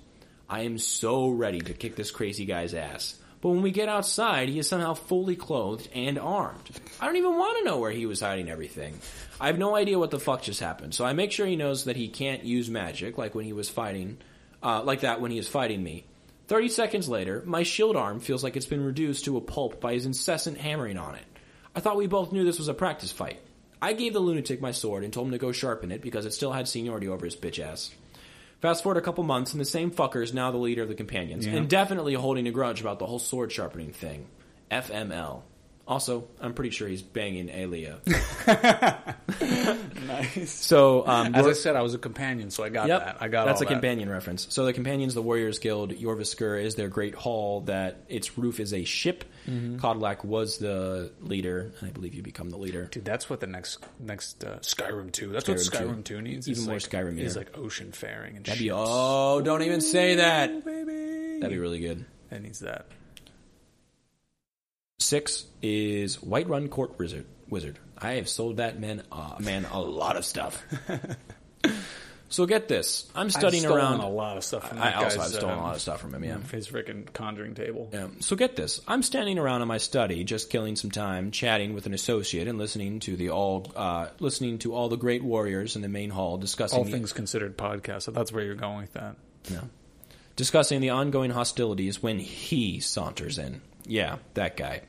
S1: I am so ready to kick this crazy guy's ass. But when we get outside, he is somehow fully clothed and armed. I don't even want to know where he was hiding everything. I have no idea what the fuck just happened. So I make sure he knows that he can't use magic like when he was fighting, uh, like that when he is fighting me. 30 seconds later, my shield arm feels like it's been reduced to a pulp by his incessant hammering on it. I thought we both knew this was a practice fight. I gave the lunatic my sword and told him to go sharpen it because it still had seniority over his bitch ass. Fast forward a couple months, and the same fucker is now the leader of the companions,
S2: Yeah.
S1: and definitely holding a grudge about the whole sword sharpening thing. FML. Also, I'm pretty sure he's banging Alia.
S2: Nice.
S1: So, um,
S2: As I said, I was a companion, so I got that. I got
S1: that's
S2: all
S1: a
S2: that.
S1: companion reference. So the companions, of the Warriors Guild, Yorviskur is their great hall that its roof is a ship.
S2: Mm-hmm.
S1: Kodlak was the leader, and I believe you become the leader.
S2: Dude, that's what the next next uh, Skyrim two. That's
S1: Skyrim 2.
S2: what Skyrim two, needs.
S1: Even
S2: It's
S1: more
S2: like,
S1: Skyrim-ier.
S2: Is like ocean faring and
S1: That'd be
S2: ships.
S1: oh, don't even say that.
S2: Ooh, baby.
S1: That'd be really good.
S2: that needs that.
S1: Six is Whiterun Court Wizard. Wizard. I have sold that man uh, man a lot of stuff. so get this. I'm studying
S2: I've stolen
S1: around.
S2: a lot of stuff. From
S1: I
S2: that
S1: also
S2: guy's,
S1: have stolen
S2: um,
S1: a lot of stuff from him. Yeah.
S2: His freaking conjuring table.
S1: Yeah. Um, So get this. I'm standing around in my study, just killing some time, chatting with an associate and listening to the all uh, listening to all the great warriors in the main hall discussing
S2: All
S1: the,
S2: things considered, podcast. So that's where you're going with that.
S1: no. discussing the ongoing hostilities when he saunters in. Yeah, that guy.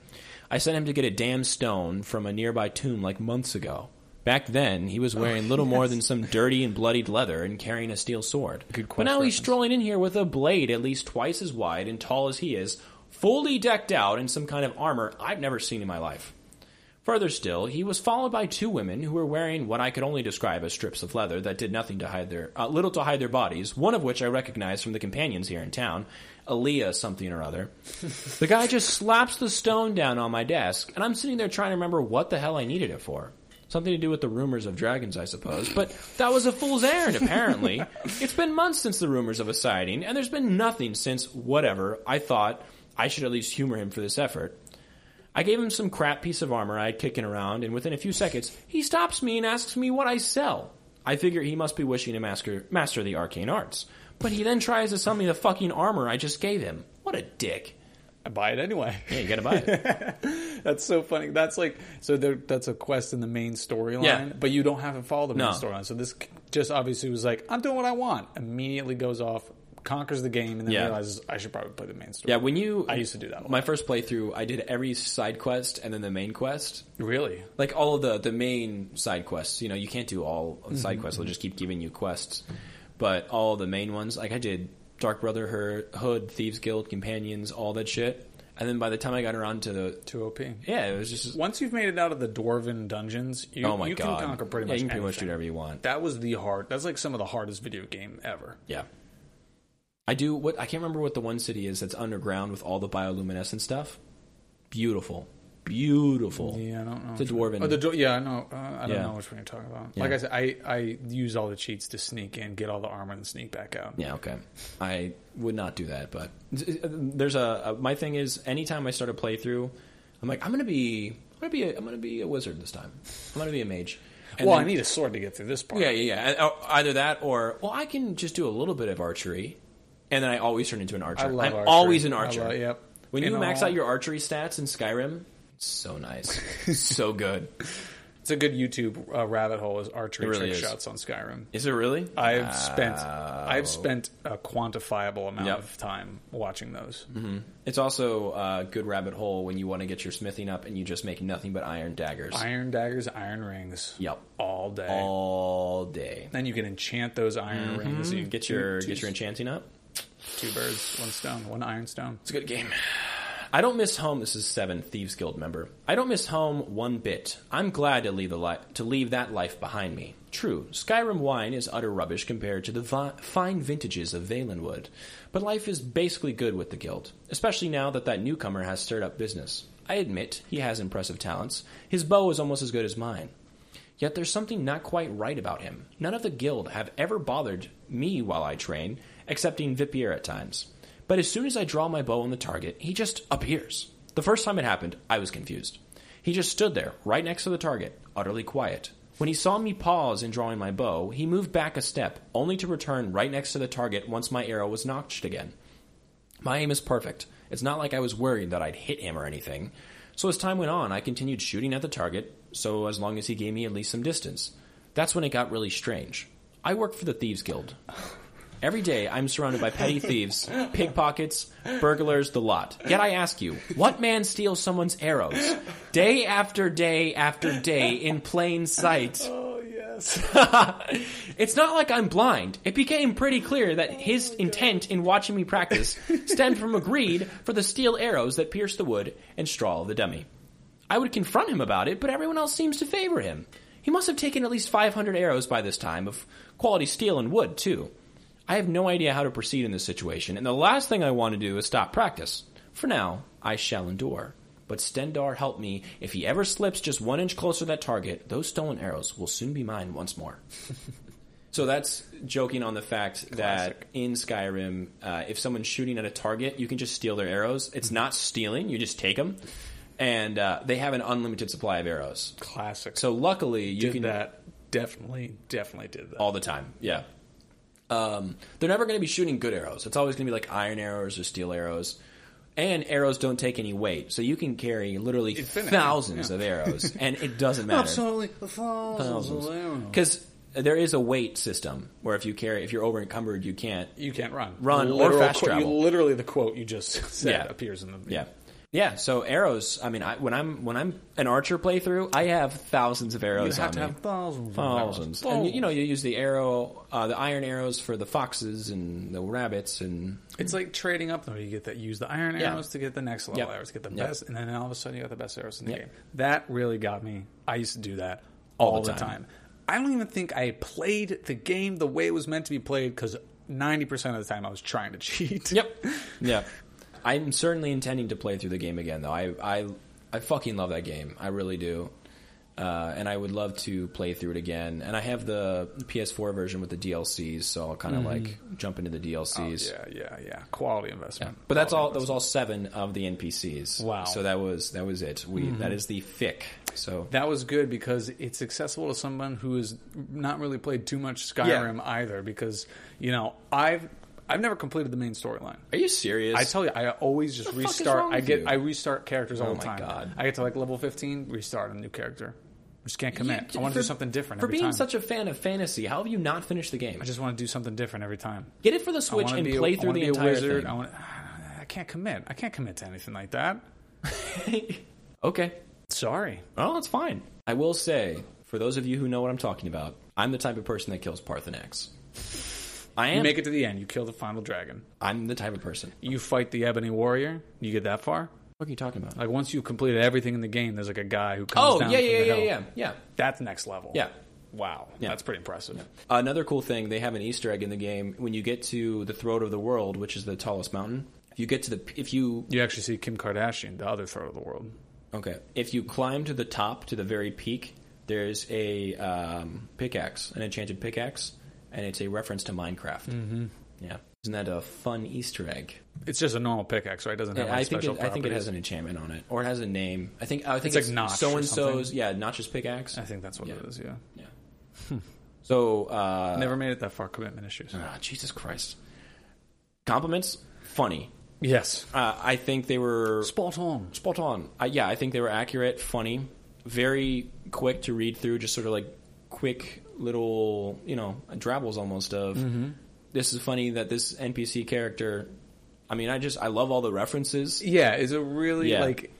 S1: I sent him to get a damn stone from a nearby tomb like months ago. Back then, he was wearing little more than some dirty and bloodied leather and carrying a steel sword. but
S2: Good quest
S1: now he's
S2: reference.
S1: strolling in here with a blade at least twice as wide and tall as he is, fully decked out in some kind of armor I've never seen in my life. Further still, he was followed by two women who were wearing what I could only describe as strips of leather that did nothing to hide their uh, little to hide their bodies. One of which I recognized from the companions here in town, Aaliyah something or other. the guy just slaps the stone down on my desk, and I'm sitting there trying to remember what the hell I needed it for. Something to do with the rumors of dragons, I suppose. But that was a fool's errand, apparently. it's been months since the rumors of a sighting, and there's been nothing since whatever. I thought I should at least humor him for this effort. I gave him some crap piece of armor I had kicking around, and within a few seconds, he stops me and asks me what I sell. I figure he must be wishing to master, master the arcane arts. But he then tries to sell me the fucking armor I just gave him. What a dick.
S2: I buy it anyway.
S1: Yeah, you gotta buy it.
S2: That's so funny. That's like so. There, that's a quest in the main storyline,
S1: Yeah.
S2: but you don't have to follow the main
S1: No.
S2: storyline. So this c- just obviously was like, I'm doing what I want. Immediately goes off, conquers the game, and then
S1: Yeah.
S2: realizes I should probably play the main story.
S1: yeah, when you.
S2: I used to do that a lot.
S1: My first playthrough, I did every side quest and then the main quest.
S2: really.
S1: like all of the the main side quests. You know, you can't do all of the side
S2: Mm-hmm.
S1: quests. They'll just keep giving you quests. But all the main ones, like I did Dark Brotherhood, Hood, Thieves Guild, Companions, all that shit. And then by the time I got around to the
S2: Too op.
S1: yeah, it was just
S2: Once you've made it out of the dwarven dungeons, you,
S1: oh my
S2: you
S1: god,
S2: can conquer pretty
S1: yeah,
S2: much.
S1: you can pretty much do
S2: anything.
S1: whatever you want.
S2: That was the hard. That's like some of the hardest video game ever.
S1: Yeah. I do what I can't remember what the one city is that's underground with all the bioluminescent stuff. Beautiful, beautiful.
S2: Yeah, I don't know.
S1: It's a dwarven.
S2: Oh, the dwar- yeah, I know. Uh, I don't
S1: Yeah.
S2: know which one you're talking about. Like I said, I, I use all the cheats to sneak in, get all the armor, and sneak back out.
S1: Yeah, okay. I would not do that, but uh, there's a, a my thing is anytime I start a playthrough, I'm like I'm gonna be I'm gonna be a, I'm gonna be a wizard this time. I'm gonna be a mage. And
S2: well,
S1: then-
S2: I need a sword to get through this part.
S1: yeah, yeah, yeah. Uh, Either that or well, I can just do a little bit of archery, and then I always turn into an archer.
S2: I love
S1: am
S2: archery.
S1: always an
S2: I
S1: archer.
S2: love- yep.
S1: When you
S2: In
S1: max
S2: all-
S1: out your archery stats in Skyrim, it's so nice, so good.
S2: It's a good YouTube uh, rabbit hole is archery
S1: It really
S2: trick
S1: is.
S2: shots on Skyrim.
S1: Is it really? Uh,
S2: I've spent
S1: Wow.
S2: I've spent a quantifiable amount
S1: Yep. Mm-hmm.
S2: of time watching those.
S1: It's also a good rabbit hole when you want to get your smithing up and you just make nothing but iron daggers.
S2: Iron daggers, iron rings.
S1: Yep.
S2: All day.
S1: all day.
S2: then you can enchant those iron rings. So you
S1: Get
S2: two-
S1: your
S2: two,
S1: get your enchanting up.
S2: two birds, one stone, one iron stone.
S1: It's a good game. I don't miss home. This is seven thieves guild member. I don't miss home one bit. I'm glad to leave the li- to leave that life behind me. True, Skyrim wine is utter rubbish compared to the vi- fine vintages of Valenwood, but life is basically good with the guild, especially now that that newcomer has stirred up business. I admit he has impressive talents. His bow is almost as good as mine. Yet there's something not quite right about him. None of the guild have ever bothered me while I train, excepting Vipier at times. But as soon as I draw my bow on the target, he just appears. The first time it happened, I was confused. He just stood there, right next to the target, utterly quiet. When he saw me pause in drawing my bow, he moved back a step, only to return right next to the target once my arrow was notched again. My aim is perfect, It's not like I was worried that I'd hit him or anything. So as time went on, I continued shooting at the target, so as long as he gave me at least some distance. That's when it got really strange. I work for the Thieves Guild. Every day, I'm surrounded by petty thieves, pickpockets, burglars, the lot. Yet I ask you, what man steals someone's arrows? Day after day after day in plain sight.
S2: Oh yes.
S1: it's not like I'm blind. It became pretty clear that his intent in watching me practice stemmed from a greed for the steel arrows that pierce the wood and straw of the dummy. I would confront him about it, but everyone else seems to favor him. He must have taken at least 500 arrows by this time of quality steel and wood, too. I have no idea how to proceed in this situation, and the last thing I want to do is stop practice. For now, I shall endure. But Stendar, help me. If he ever slips just one inch closer to that target, those stolen arrows will soon be mine once more. so that's joking on the fact that
S2: Classic.
S1: in Skyrim, uh, if someone's shooting at a target, you can just steal their arrows. It's
S2: Mm-hmm.
S1: not stealing, you just take them. And uh, they have an unlimited supply of arrows.
S2: Classic.
S1: So luckily, you
S2: did
S1: can
S2: that definitely definitely did that.
S1: all the time. Yeah. Um, they're never going to be shooting good arrows. It's always going to be like iron arrows or steel arrows. And arrows don't take any weight, so you can carry literally
S2: Infinite,
S1: thousands
S2: yeah.
S1: of arrows, and it doesn't matter.
S2: thousands.
S1: Because there is a weight system where if you carry, if you're over encumbered, you can't.
S2: You can't run.
S1: Run or
S2: Literal
S1: fast
S2: quote- you-
S1: travel.
S2: literally, the quote you just said
S1: Yeah.
S2: appears in the
S1: Yeah, yeah. So arrows. I mean, I, when I'm when I'm an archer playthrough, I have thousands of
S2: You
S1: arrows
S2: have
S1: on
S2: to
S1: me.
S2: have thousands, Oh.
S1: thousands. And you- you know, you use the arrow, uh, the iron arrows for the foxes and the rabbits, and
S2: it's like trading up though. You get that use the iron
S1: Yeah.
S2: arrows to get the next level
S1: Yep.
S2: arrows, get the
S1: Yep.
S2: best, and then all of a sudden you got the best arrows in the
S1: Yep.
S2: game. That really got me. I used to do that
S1: All
S2: all,
S1: the
S2: the,
S1: time.
S2: time. I don't even think I played the game the way it was meant to be played because ninety percent of the time I was trying to cheat.
S1: Yep. Yeah. I'm certainly intending to play through the game again, though. I I I fucking love that game. I really do. Uh, and I would love to play through it again. And I have the PS4 version with the DLCs, so I'll kind of like jump into the DLCs.
S2: Mm-hmm. Oh, Yeah, yeah, yeah. Quality investment.
S1: But that's all. That was all seven of the NPCs.
S2: Wow. Mm-hmm.
S1: So that was that was it. We that is the fic. So
S2: That was good because it's accessible to someone who has not really played too much Skyrim either. Because you know, I've I've never completed the main storyline.
S1: are you serious?
S2: I tell you, I always just
S1: fuck is wrong
S2: restart. I
S1: with
S2: get
S1: you?
S2: I restart characters all
S1: Oh
S2: the
S1: my
S2: time.
S1: God.
S2: I get to like level fifteen, restart a new character. I just can't commit. I want to
S1: for-
S2: do something different
S1: For
S2: every
S1: being
S2: time.
S1: such a fan of fantasy, how have you not finished the game?
S2: I just want to do something different every time.
S1: Get it for the
S2: I
S1: Switch
S2: wanna
S1: and
S2: be a-
S1: play
S2: I
S1: through
S2: wanna
S1: the
S2: be a
S1: entire
S2: wizard.
S1: thing.
S2: I, want, I can't commit. I can't commit to anything like that.
S1: okay.
S2: Sorry.
S1: Oh, that's fine. I will say, for those of you who know what I'm talking about, I'm the type of person that kills Parthenax. I
S2: You
S1: am.
S2: make it to the end. You kill the final dragon.
S1: I'm the type of person.
S2: You fight the ebony warrior. You get that far.
S1: What are you talking about?
S2: Like once you completed everything in the game, there's like a guy who comes
S1: oh,
S2: down
S1: yeah,
S2: from
S1: yeah,
S2: the
S1: yeah,
S2: hill.
S1: yeah, yeah.
S2: That's next level.
S1: Yeah.
S2: Wow. That's pretty impressive.
S1: Another cool thing, they have an Easter egg in the game. When you get to the throat of the world, which is the tallest mountain, if you get to the if you
S2: You actually see Kim Kardashian, the other throat of the world.
S1: okay if you climb to the top to the very peak, there's a um, pickaxe, an enchanted pickaxe, and it's a reference to Minecraft. Mm-hmm. Yeah, isn't that a fun Easter egg?
S2: It's just a normal pickaxe, right? It doesn't have
S1: Yeah,
S2: like
S1: I think
S2: special
S1: it, I think it
S2: properties.
S1: has an enchantment on it, or it has a name. I think I think
S2: It's like
S1: it's,
S2: Notch or
S1: so and so's.
S2: something.
S1: Yeah, Notch's pickaxe.
S2: I think Hmm. that's what it is. Yeah.
S1: Yeah. so uh,
S2: Never made it that far. Commitment issues.
S1: ah, Jesus Christ, compliments funny.
S2: yes.
S1: Uh, I think they were
S2: Spot on.
S1: spot on. Uh, yeah, I think they were accurate, funny, very quick to read through. Just sort of like quick little, you know, drabbles almost of this is funny that this NPC character. I mean, I just I love all the references.
S2: Yeah. Is a really
S1: Yeah.
S2: like.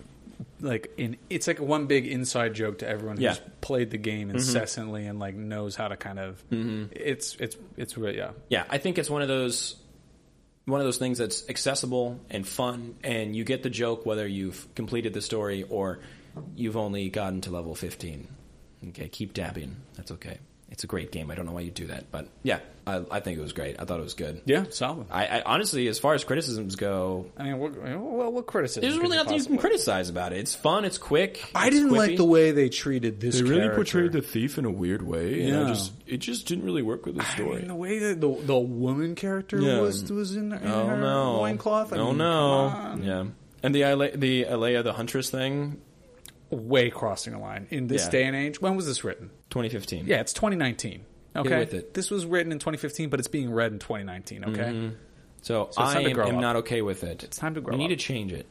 S2: Like in, it's like one big inside joke to everyone who's
S1: Yeah. Mm-hmm.
S2: played the game incessantly and like knows how to kind of. It's it's it's really yeah.
S1: yeah, I think it's one of those one of those things that's accessible and fun, and you get the joke whether you've completed the story or you've only gotten to level fifteen. Okay, keep dabbing. That's okay. It's a great game. I don't know why you do that, but yeah, I, I think it was great. I thought it was good.
S2: Yeah, solid.
S1: I, I honestly, as far as criticisms go,
S2: I mean, what, well, what criticism?
S1: there's
S2: could
S1: really
S2: you
S1: nothing you
S2: possibly-
S1: can criticize about it. It's fun. It's quick.
S2: I
S1: it's
S2: didn't
S1: quippy.
S2: like the way they treated this.
S3: They really
S2: character.
S3: portrayed the thief in a weird way, and I
S2: Yeah.
S3: just it just didn't really work with the
S2: I mean,
S3: story.
S2: the way that the the woman character
S1: Yeah.
S2: was was in, in
S1: Oh
S2: her
S1: no!
S2: loincloth. I
S1: Oh
S2: mean, come
S1: no!
S2: on.
S1: Yeah, and the Ile- the Alea the Huntress thing,
S2: way crossing a line in this
S1: Yeah.
S2: day and age. When was this written?
S1: 2015.
S2: Yeah, it's 2019. Okay,
S1: with it. Mm-hmm.
S2: this was written in 2015, but it's being read in 2019. Okay,
S1: So,
S2: it's
S1: I
S2: time to
S1: am,
S2: grow
S1: am
S2: up.
S1: not okay with it. It's
S2: time to grow
S1: We need to
S2: up.
S1: change it.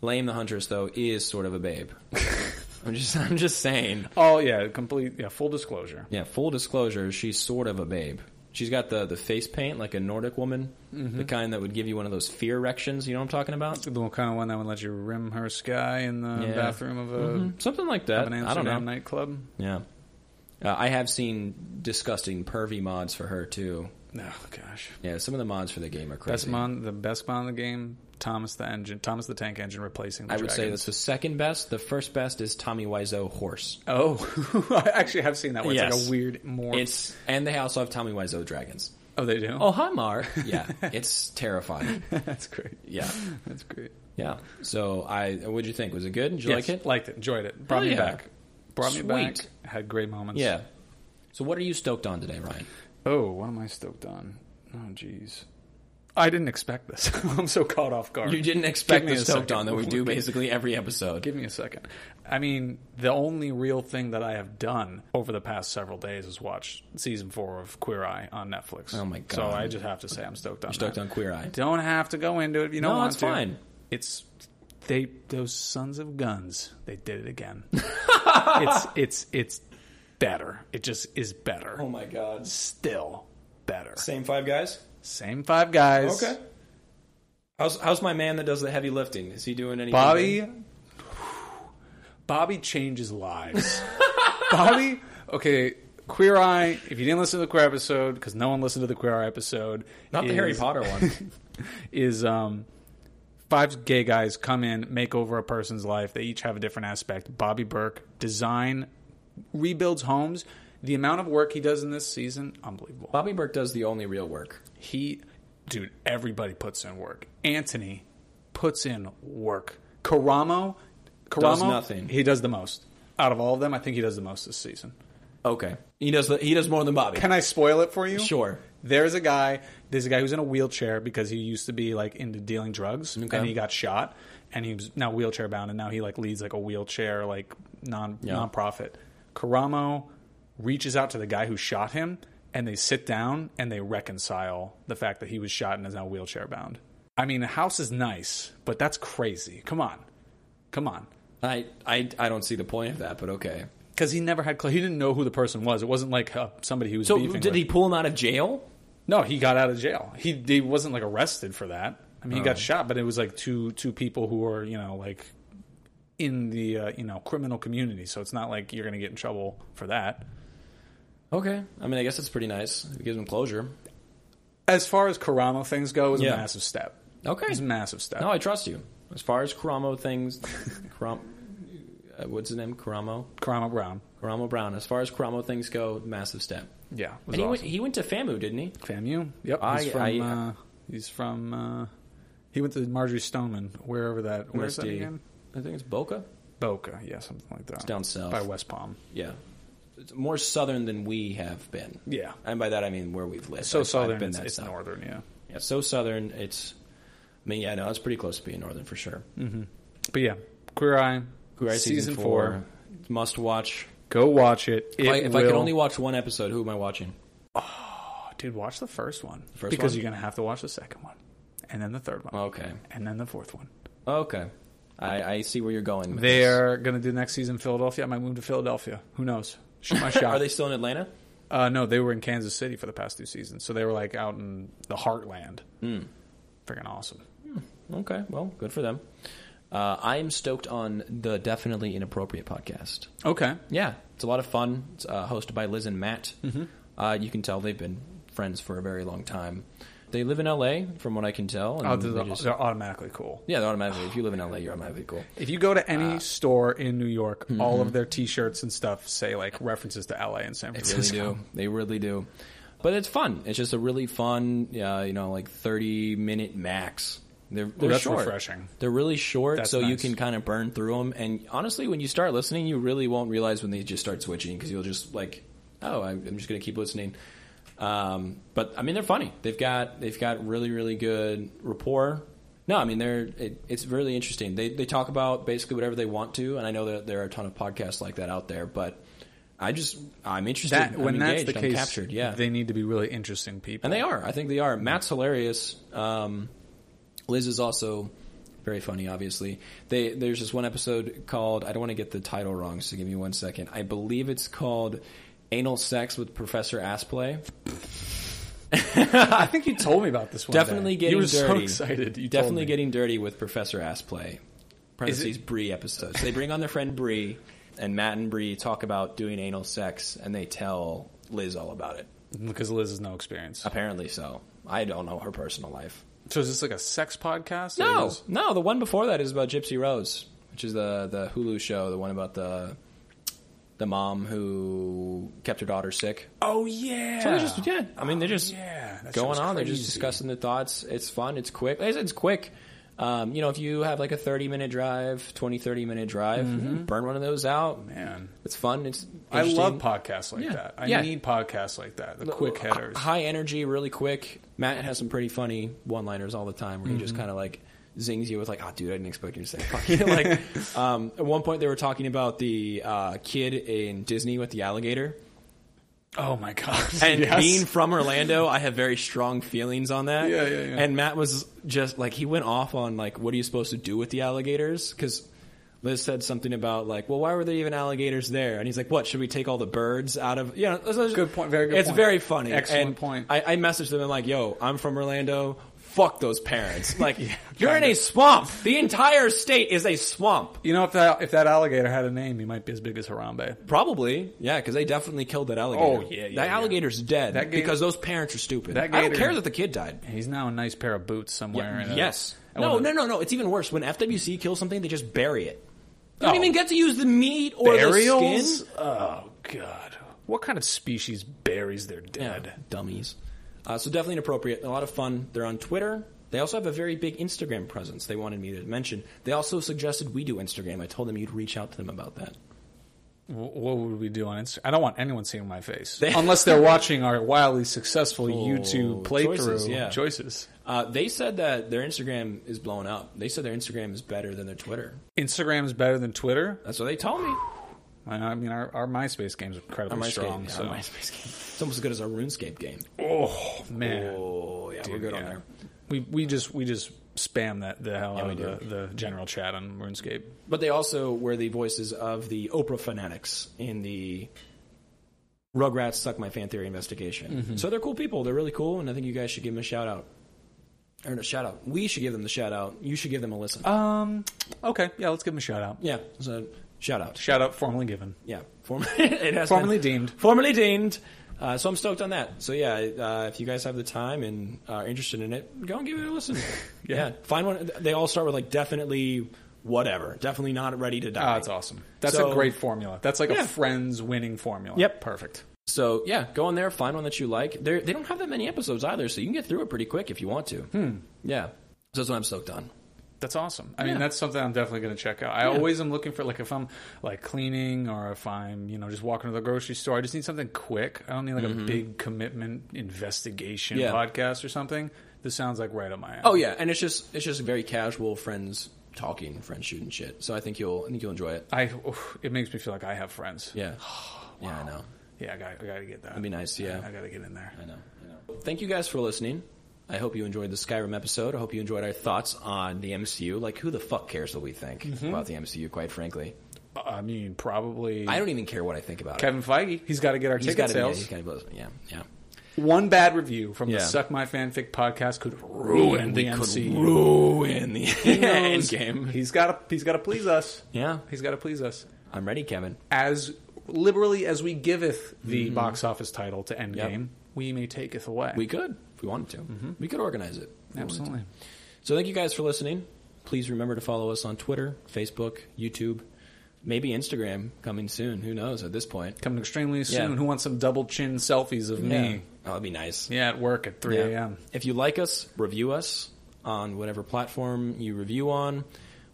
S1: Lame the Huntress though is sort of a babe. I'm just I'm just saying.
S2: Oh yeah, complete yeah, full disclosure.
S1: Yeah, full disclosure, she's sort of a babe. She's got the, the face paint like a Nordic woman,
S2: Mm-hmm.
S1: the kind that would give you one of those fear erections. You know what I'm talking about?
S2: The kind of one that would let you rim her sky in the
S1: Yeah.
S2: bathroom of a
S1: Something like
S2: of
S1: that.
S2: Mm-hmm. an
S1: I don't know.
S2: Amsterdam nightclub.
S1: Yeah. Uh, I have seen disgusting pervy mods for her too.
S2: Oh gosh,
S1: Yeah, some of the mods for the game are crazy.
S2: best mon, the best mon in the game. Thomas the engine, Thomas the tank engine replacing. The
S1: I would say
S2: Dragons.
S1: that's the second best. The first best is Tommy Wiseau horse.
S2: Oh, I actually have seen that one. It's like
S1: Yes.
S2: a weird more.
S1: It's and they also have Tommy Wiseau dragons.
S2: oh, they do.
S1: Oh hi Mar. Yeah, it's terrifying.
S2: that's great.
S1: Yeah,
S2: That's great.
S1: yeah. So I, what'd you think? Was it good? Did you
S2: Yes,
S1: like it?
S2: Liked it. Enjoyed it. Brought
S1: Oh,
S2: me
S1: yeah.
S2: back. Brought me back.
S1: Sweet.
S2: Had great moments.
S1: Yeah. So what are you stoked on today, Ryan?
S2: Oh, what am I stoked on? Oh, jeez. I didn't expect this. I'm so caught off guard.
S1: You didn't expect
S2: Give me
S1: the
S2: a
S1: stoked
S2: second.
S1: on that we do basically every episode.
S2: Give me a second. I mean, the only real thing that I have done over the past several days is watch season four of Queer Eye on Netflix.
S1: Oh my
S2: So
S1: God.
S2: I just have to say I'm stoked on.
S1: stoked
S2: that.
S1: on Queer Eye.
S2: Don't have to go into it. If you don't
S1: No,
S2: want
S1: it's
S2: to.
S1: fine.
S2: It's they those sons of guns. They did it again. it's it's it's better. It just is better.
S1: Oh, my God.
S2: Still better.
S1: Same five guys.
S2: Same five guys.
S1: Okay. How's how's my man that does the heavy lifting? Is he doing anything?
S2: Bobby. Bobby changes lives. Bobby. Okay. Queer Eye. If you didn't listen to the Queer episode, because no one listened to the Queer Eye episode,
S1: Not the
S2: is-
S1: Harry Potter one.
S2: is um, five gay guys come in, make over a person's life. They each have a different aspect. Bobby Burke design rebuilds homes. The amount of work he does in this season, unbelievable.
S1: Bobby Burke does the only real work.
S2: He, dude, everybody puts in work. Anthony puts in work. Karamo, Karamo
S1: Does nothing.
S2: He does the most out of all of them. I think he does the most this season.
S1: Okay. He does the, he does more than Bobby.
S2: Can I spoil it for you?
S1: Sure.
S2: There's a guy. There's a guy who's in a wheelchair because he used to be like into dealing drugs, and he got shot, and he was now wheelchair bound, and now he like leads like a wheelchair like non nonprofit. Karamo reaches out to the guy who shot him, and they sit down and they reconcile the fact that he was shot and is now wheelchair bound. I mean, the house is nice, but that's crazy. Come on, come on.
S1: I, I I don't see the point of that, but okay.
S2: Because he never had, cl- he didn't know who the person was. It wasn't like uh, somebody he was.
S1: So
S2: beefing
S1: did
S2: with.
S1: he pull him out of jail?
S2: No, he got out of jail. He he wasn't like arrested for that. I mean, he
S1: Oh.
S2: got shot, but it was like two two people who were you know like in the uh, you know criminal community. So it's not like you're going to get in trouble for that.
S1: Okay. I mean, I guess it's pretty nice. It gives him closure.
S2: As far as Karamo things go, it was
S1: Yeah.
S2: a massive step.
S1: Okay.
S2: It was a massive step.
S1: No, I trust you. As far as Karamo things, Karam, uh, what's his name? Karamo?
S2: Karamo Brown.
S1: Karamo Brown. As far as Karamo things go, massive step.
S2: Yeah, it was
S1: And he, went,
S2: awesome.
S1: he went to FAMU, didn't he?
S2: FAMU. Yep.
S1: I-
S2: he's from.
S1: I-
S2: uh, he's from. Uh, he went to Marjorie Stoneman, wherever that. Where's that
S1: USD.
S2: again?
S1: I think it's Boca.
S2: Boca. Yeah, something like that. It's
S1: down south.
S2: by West Palm.
S1: Yeah. It's more southern than we have been.
S2: Yeah.
S1: And by that I mean where we've lived.
S2: So
S1: I've- I've
S2: southern.
S1: been
S2: It's,
S1: that
S2: it's
S1: south.
S2: northern. Yeah.
S1: Yeah, so southern. It's, I mean, yeah, no, it's pretty close to being northern for sure.
S2: But yeah, Queer Eye,
S1: Queer Eye
S2: season, four.
S1: must watch.
S2: Go watch it. it
S1: If, I, if I could
S2: will-
S1: only watch one episode, who am I watching?
S2: Oh, dude, watch the first one
S1: first
S2: because
S1: one?
S2: you're gonna have to watch the second one, and then the third one,
S1: Okay,
S2: and then the fourth one.
S1: okay, I, I see where you're going. with this.
S2: They're gonna do next season Philadelphia. I might move to Philadelphia. Who knows? Shoot my shot.
S1: are they still in Atlanta?
S2: Uh, no, they were in Kansas City for the past two seasons, so they were like out in the heartland.
S1: Hmm.
S2: Freaking awesome.
S1: Okay, well, good for them. Uh, I'm stoked on the definitely inappropriate podcast.
S2: Okay.
S1: Yeah, it's a lot of fun. It's uh, hosted by Liz and Matt.
S2: Mm-hmm.
S1: Uh, you can tell they've been friends for a very long time. They live in L.A., from what I can tell. and
S2: Oh, they're,
S1: they Mm, just-
S2: they're automatically cool.
S1: yeah, they're automatically. If you live in L.A., you're automatically cool.
S2: If you go to any
S1: Uh,
S2: store in New York, all of their T-shirts and stuff say like references to LA and San
S1: They mm-hmm. really
S2: Francisco.
S1: do. They really do. But it's fun. It's just a really fun, uh, you know, like thirty minute max. They're, they're
S2: that's
S1: short.
S2: refreshing.
S1: They're really short,
S2: That's
S1: so you
S2: nice.
S1: can kind of burn through them. And honestly, when you start listening, you really won't realize when they just start switching because you'll just like, oh, I'm I'm just going to keep listening. Um, but I mean, they're funny. They've got they've got really really good rapport. No, I mean they're it, it's really interesting. They they talk about basically whatever they want to, and I know that there are a ton of podcasts like that out there, but I just I'm interested.
S2: That
S1: I'm
S2: when
S1: engaged,
S2: that's the
S1: I'm
S2: case,
S1: captured. Yeah,
S2: they need to be really interesting people.
S1: and they are. I think they are. Matt's hilarious. Um, Liz is also very funny. Obviously, they there's this one episode called I don't want to get the title wrong, so give me one second. I believe it's called "Anal Sex with Professor Asplay."
S2: I think you told me about this one.
S1: Definitely
S2: day.
S1: getting
S2: You were
S1: dirty.
S2: so excited. You told
S1: definitely
S2: me.
S1: getting dirty with Professor Asplay. Parentheses Bree episodes. They bring on their friend Bree, and Matt and Bree talk about doing anal sex, and they tell Liz all about it.
S2: because Liz has no experience.
S1: Apparently so. I don't know her personal life.
S2: So is this like a sex podcast? or
S1: No,
S2: is-
S1: no. The one before that is about Gypsy Rose, which is the the Hulu show, the one about the the mom who kept her daughter sick.
S2: Oh yeah. Oh,
S1: So they're just yeah. I mean, they're just
S2: yeah, that
S1: going
S2: show's
S1: on. They're just
S2: crazy.
S1: discussing their thoughts. It's fun. It's quick. Like I said, It's quick. Um, you know, if you have like a 30 minute drive, 20, 30 minute drive, burn one of those out.
S2: Mm-hmm. Man.
S1: It's fun. It's
S2: I love
S1: interesting.
S2: podcasts like
S1: Yeah.
S2: that. I
S1: Yeah.
S2: need podcasts like that. The quick
S1: H-
S2: headers.
S1: high energy, really quick. Matt has some pretty funny one liners all the time where he just kind of like zings you with like, "Oh, dude, I didn't expect you to say fuck." You know, like um, at one point they were talking about the uh, kid in Disney with the alligator.
S2: Oh my god.
S1: And
S2: Yes.
S1: being from Orlando, I have very strong feelings on that.
S2: Yeah, yeah, yeah.
S1: And Matt was just like he went off on like, what are you supposed to do with the alligators? Because Liz said something about like, well, why were there even alligators there? And he's like, what should we take all the birds out of? You know, it's- it's-
S2: Good point, very good
S1: It's
S2: point.
S1: very funny.
S2: Excellent
S1: And
S2: point.
S1: I, I messaged them and like, yo, I'm from Orlando. Fuck those parents. Like, you're in
S2: kinda.
S1: a swamp. The entire state is a swamp.
S2: you know, if that if that alligator had a name, he might be as big as Harambe.
S1: Probably, yeah, because they definitely killed that alligator.
S2: Oh, yeah, yeah,
S1: that
S2: yeah.
S1: alligator's dead
S2: That gator-
S1: because those parents are stupid.
S2: That
S1: I don't
S2: gator-
S1: care that the kid died.
S2: He's now a nice pair of boots somewhere. in a-
S1: yes.
S2: uh, I
S1: No, no,
S2: wanna-
S1: no, no. It's even worse. When FWC kills something, they just bury it. They don't
S2: Oh.
S1: even get to use the meat or the
S2: Burials?
S1: skin.
S2: Oh god. What kind of species buries their dead?
S1: Yeah, dummies. Uh, so definitely inappropriate. A lot of fun. They're on Twitter. They also have a very big Instagram presence. They wanted me to mention. They also suggested we do Instagram. I told them you'd reach out to them about that.
S2: Wh- what would we do on Instagram? I don't want anyone seeing my face unless they're watching our wildly successful YouTube playthrough
S1: choices, yeah.
S2: choices.
S1: Uh, they said that their Instagram is blown up. They said their Instagram is better than their Twitter.
S2: Instagram is better than Twitter.
S1: That's what they told me.
S2: I- I mean, our, our MySpace game's incredibly
S1: MySpace,
S2: strong.
S1: yeah,
S2: so,
S1: our MySpace game. It's almost as good as our RuneScape game.
S2: oh man,
S1: Oh, yeah, we're
S2: Dude,
S1: good on
S2: yeah.
S1: there.
S2: We we just we just spam that the hell out
S1: we
S2: of the, the general chat on RuneScape.
S1: But they also were the voices of the Oprah fanatics in the Rugrats Suck My Fan Theory investigation. So they're cool people. They're really cool, and I think you guys should give them a shout out. Or a shout out. We should give them the shout out. You should give them a listen.
S2: Um, okay, yeah, let's give him a shout out.
S1: yeah, so shout out.
S2: Shout out formally given.
S1: Yeah, form- it has
S2: Formally
S1: been-
S2: deemed.
S1: Formally deemed. Uh, so I'm stoked on that. So yeah, uh, if you guys have the time and are interested in it, go and give it a listen. yeah. find one. They all start with like definitely whatever, definitely not ready to die.
S2: Oh, that's awesome. That's
S1: So-
S2: a great formula. That's like
S1: Yeah.
S2: a friends winning formula.
S1: Yep.
S2: perfect.
S1: So yeah, go on there, find one that you like. They're, they don't have that many episodes either, so you can get through it pretty quick if you want to. Yeah, so that's what I'm stoked on.
S2: That's awesome. I mean,
S1: Yeah.
S2: that's something I'm definitely going to check out. I always am looking for like if I'm like cleaning or if I'm you know just walking to the grocery store. I just need something quick. I don't need like a big commitment investigation
S1: Mm-hmm. Yeah.
S2: podcast or something. This sounds like right up my alley.
S1: Oh yeah, and it's just it's just very casual friends talking, friends shooting shit. So I think you'll I think you'll enjoy it.
S2: I oof, it makes me feel like I have friends.
S1: Yeah, yeah, I know,
S2: Yeah, I got I got to get that.
S1: That'd be nice, yeah.
S2: I, got to get in there.
S1: I know, I know. Thank you guys for listening. I hope you enjoyed the Skyrim episode. I hope you enjoyed our thoughts on the MCU. Like, who the fuck cares what we think
S2: Mm-hmm.
S1: about the MCU? Quite frankly,
S2: I mean, probably
S1: I don't even care what I think about it.
S2: Kevin Feige. He's got to get our
S1: He's
S2: ticket
S1: got to
S2: sales.
S1: be. He's got to be. Yeah, yeah.
S2: One bad review from
S1: Yeah.
S2: the Suck My Fanfic podcast could ruin the
S1: We could
S2: MCU.
S1: ruin the end
S2: knows?
S1: game.
S2: He's got to he's got to please us.
S1: Yeah.
S2: He's got to please us
S1: I'm ready, Kevin.
S2: as liberally as we giveth the box office title to Endgame.
S1: Mm-hmm. Yep.
S2: We may taketh away.
S1: We could, if we wanted to. We could organize it. if we wanted to.
S2: Mm-hmm. Absolutely.
S1: So thank you guys for listening. Please remember to follow us on Twitter, Facebook, YouTube, maybe Instagram coming soon. Who knows at this point?
S2: Coming extremely soon.
S1: Yeah.
S2: Who wants some double chin selfies of
S1: Yeah.
S2: me?
S1: Oh, that'd be nice.
S2: Yeah, at work at 3
S1: Yeah.
S2: a.m.
S1: If you like us, review us on whatever platform you review on.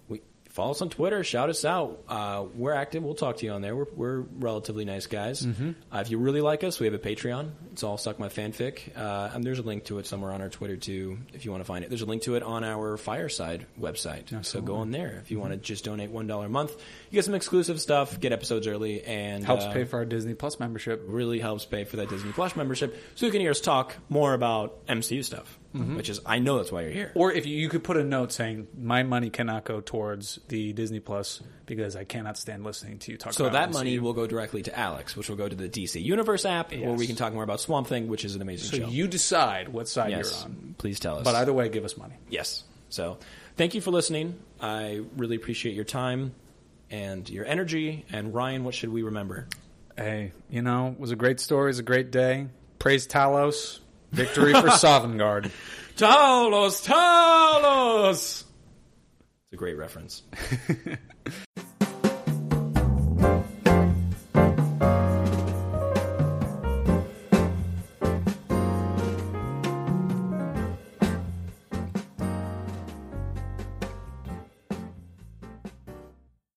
S1: We, follow us on Twitter. Shout us out. Uh, we're active. We'll talk to you on there. We're, we're relatively nice guys.
S2: Mm-hmm.
S1: Uh, if you really like us, we have a Patreon. It's all Suck My Fanfic. Uh, and there's a link to it somewhere on our Twitter, too, if you want to find it. There's a link to it on our Fireside website. So go on there
S2: Mm-hmm.
S1: if you want to just donate $1 a month. You get some exclusive stuff, get episodes early, and
S2: Helps
S1: uh,
S2: pay for our Disney Plus membership.
S1: really helps pay for that Disney Plus membership. So you can hear us talk more about MCU stuff, which is, I know that's why you're here.
S2: Or if you, you could put a note saying, "My money cannot go towards the Disney Plus because I cannot stand listening to you talk."
S1: So
S2: about
S1: that
S2: MCU."
S1: money will go directly to Alex, which will go to the DC Universe app, where
S2: Yes.
S1: we can talk more about Swamp Thing, which is an amazing
S2: So
S1: show.
S2: you decide what side
S1: yes,
S2: you're on.
S1: please tell us.
S2: But either way, give us money.
S1: yes. So thank you for listening. I really appreciate your time and your energy. And Ryan, what should we remember?
S2: Hey, you know, it was a great story. It was a great day. Praise Talos. Victory for Sovngarde.
S1: Talos, Talos. It's a great reference.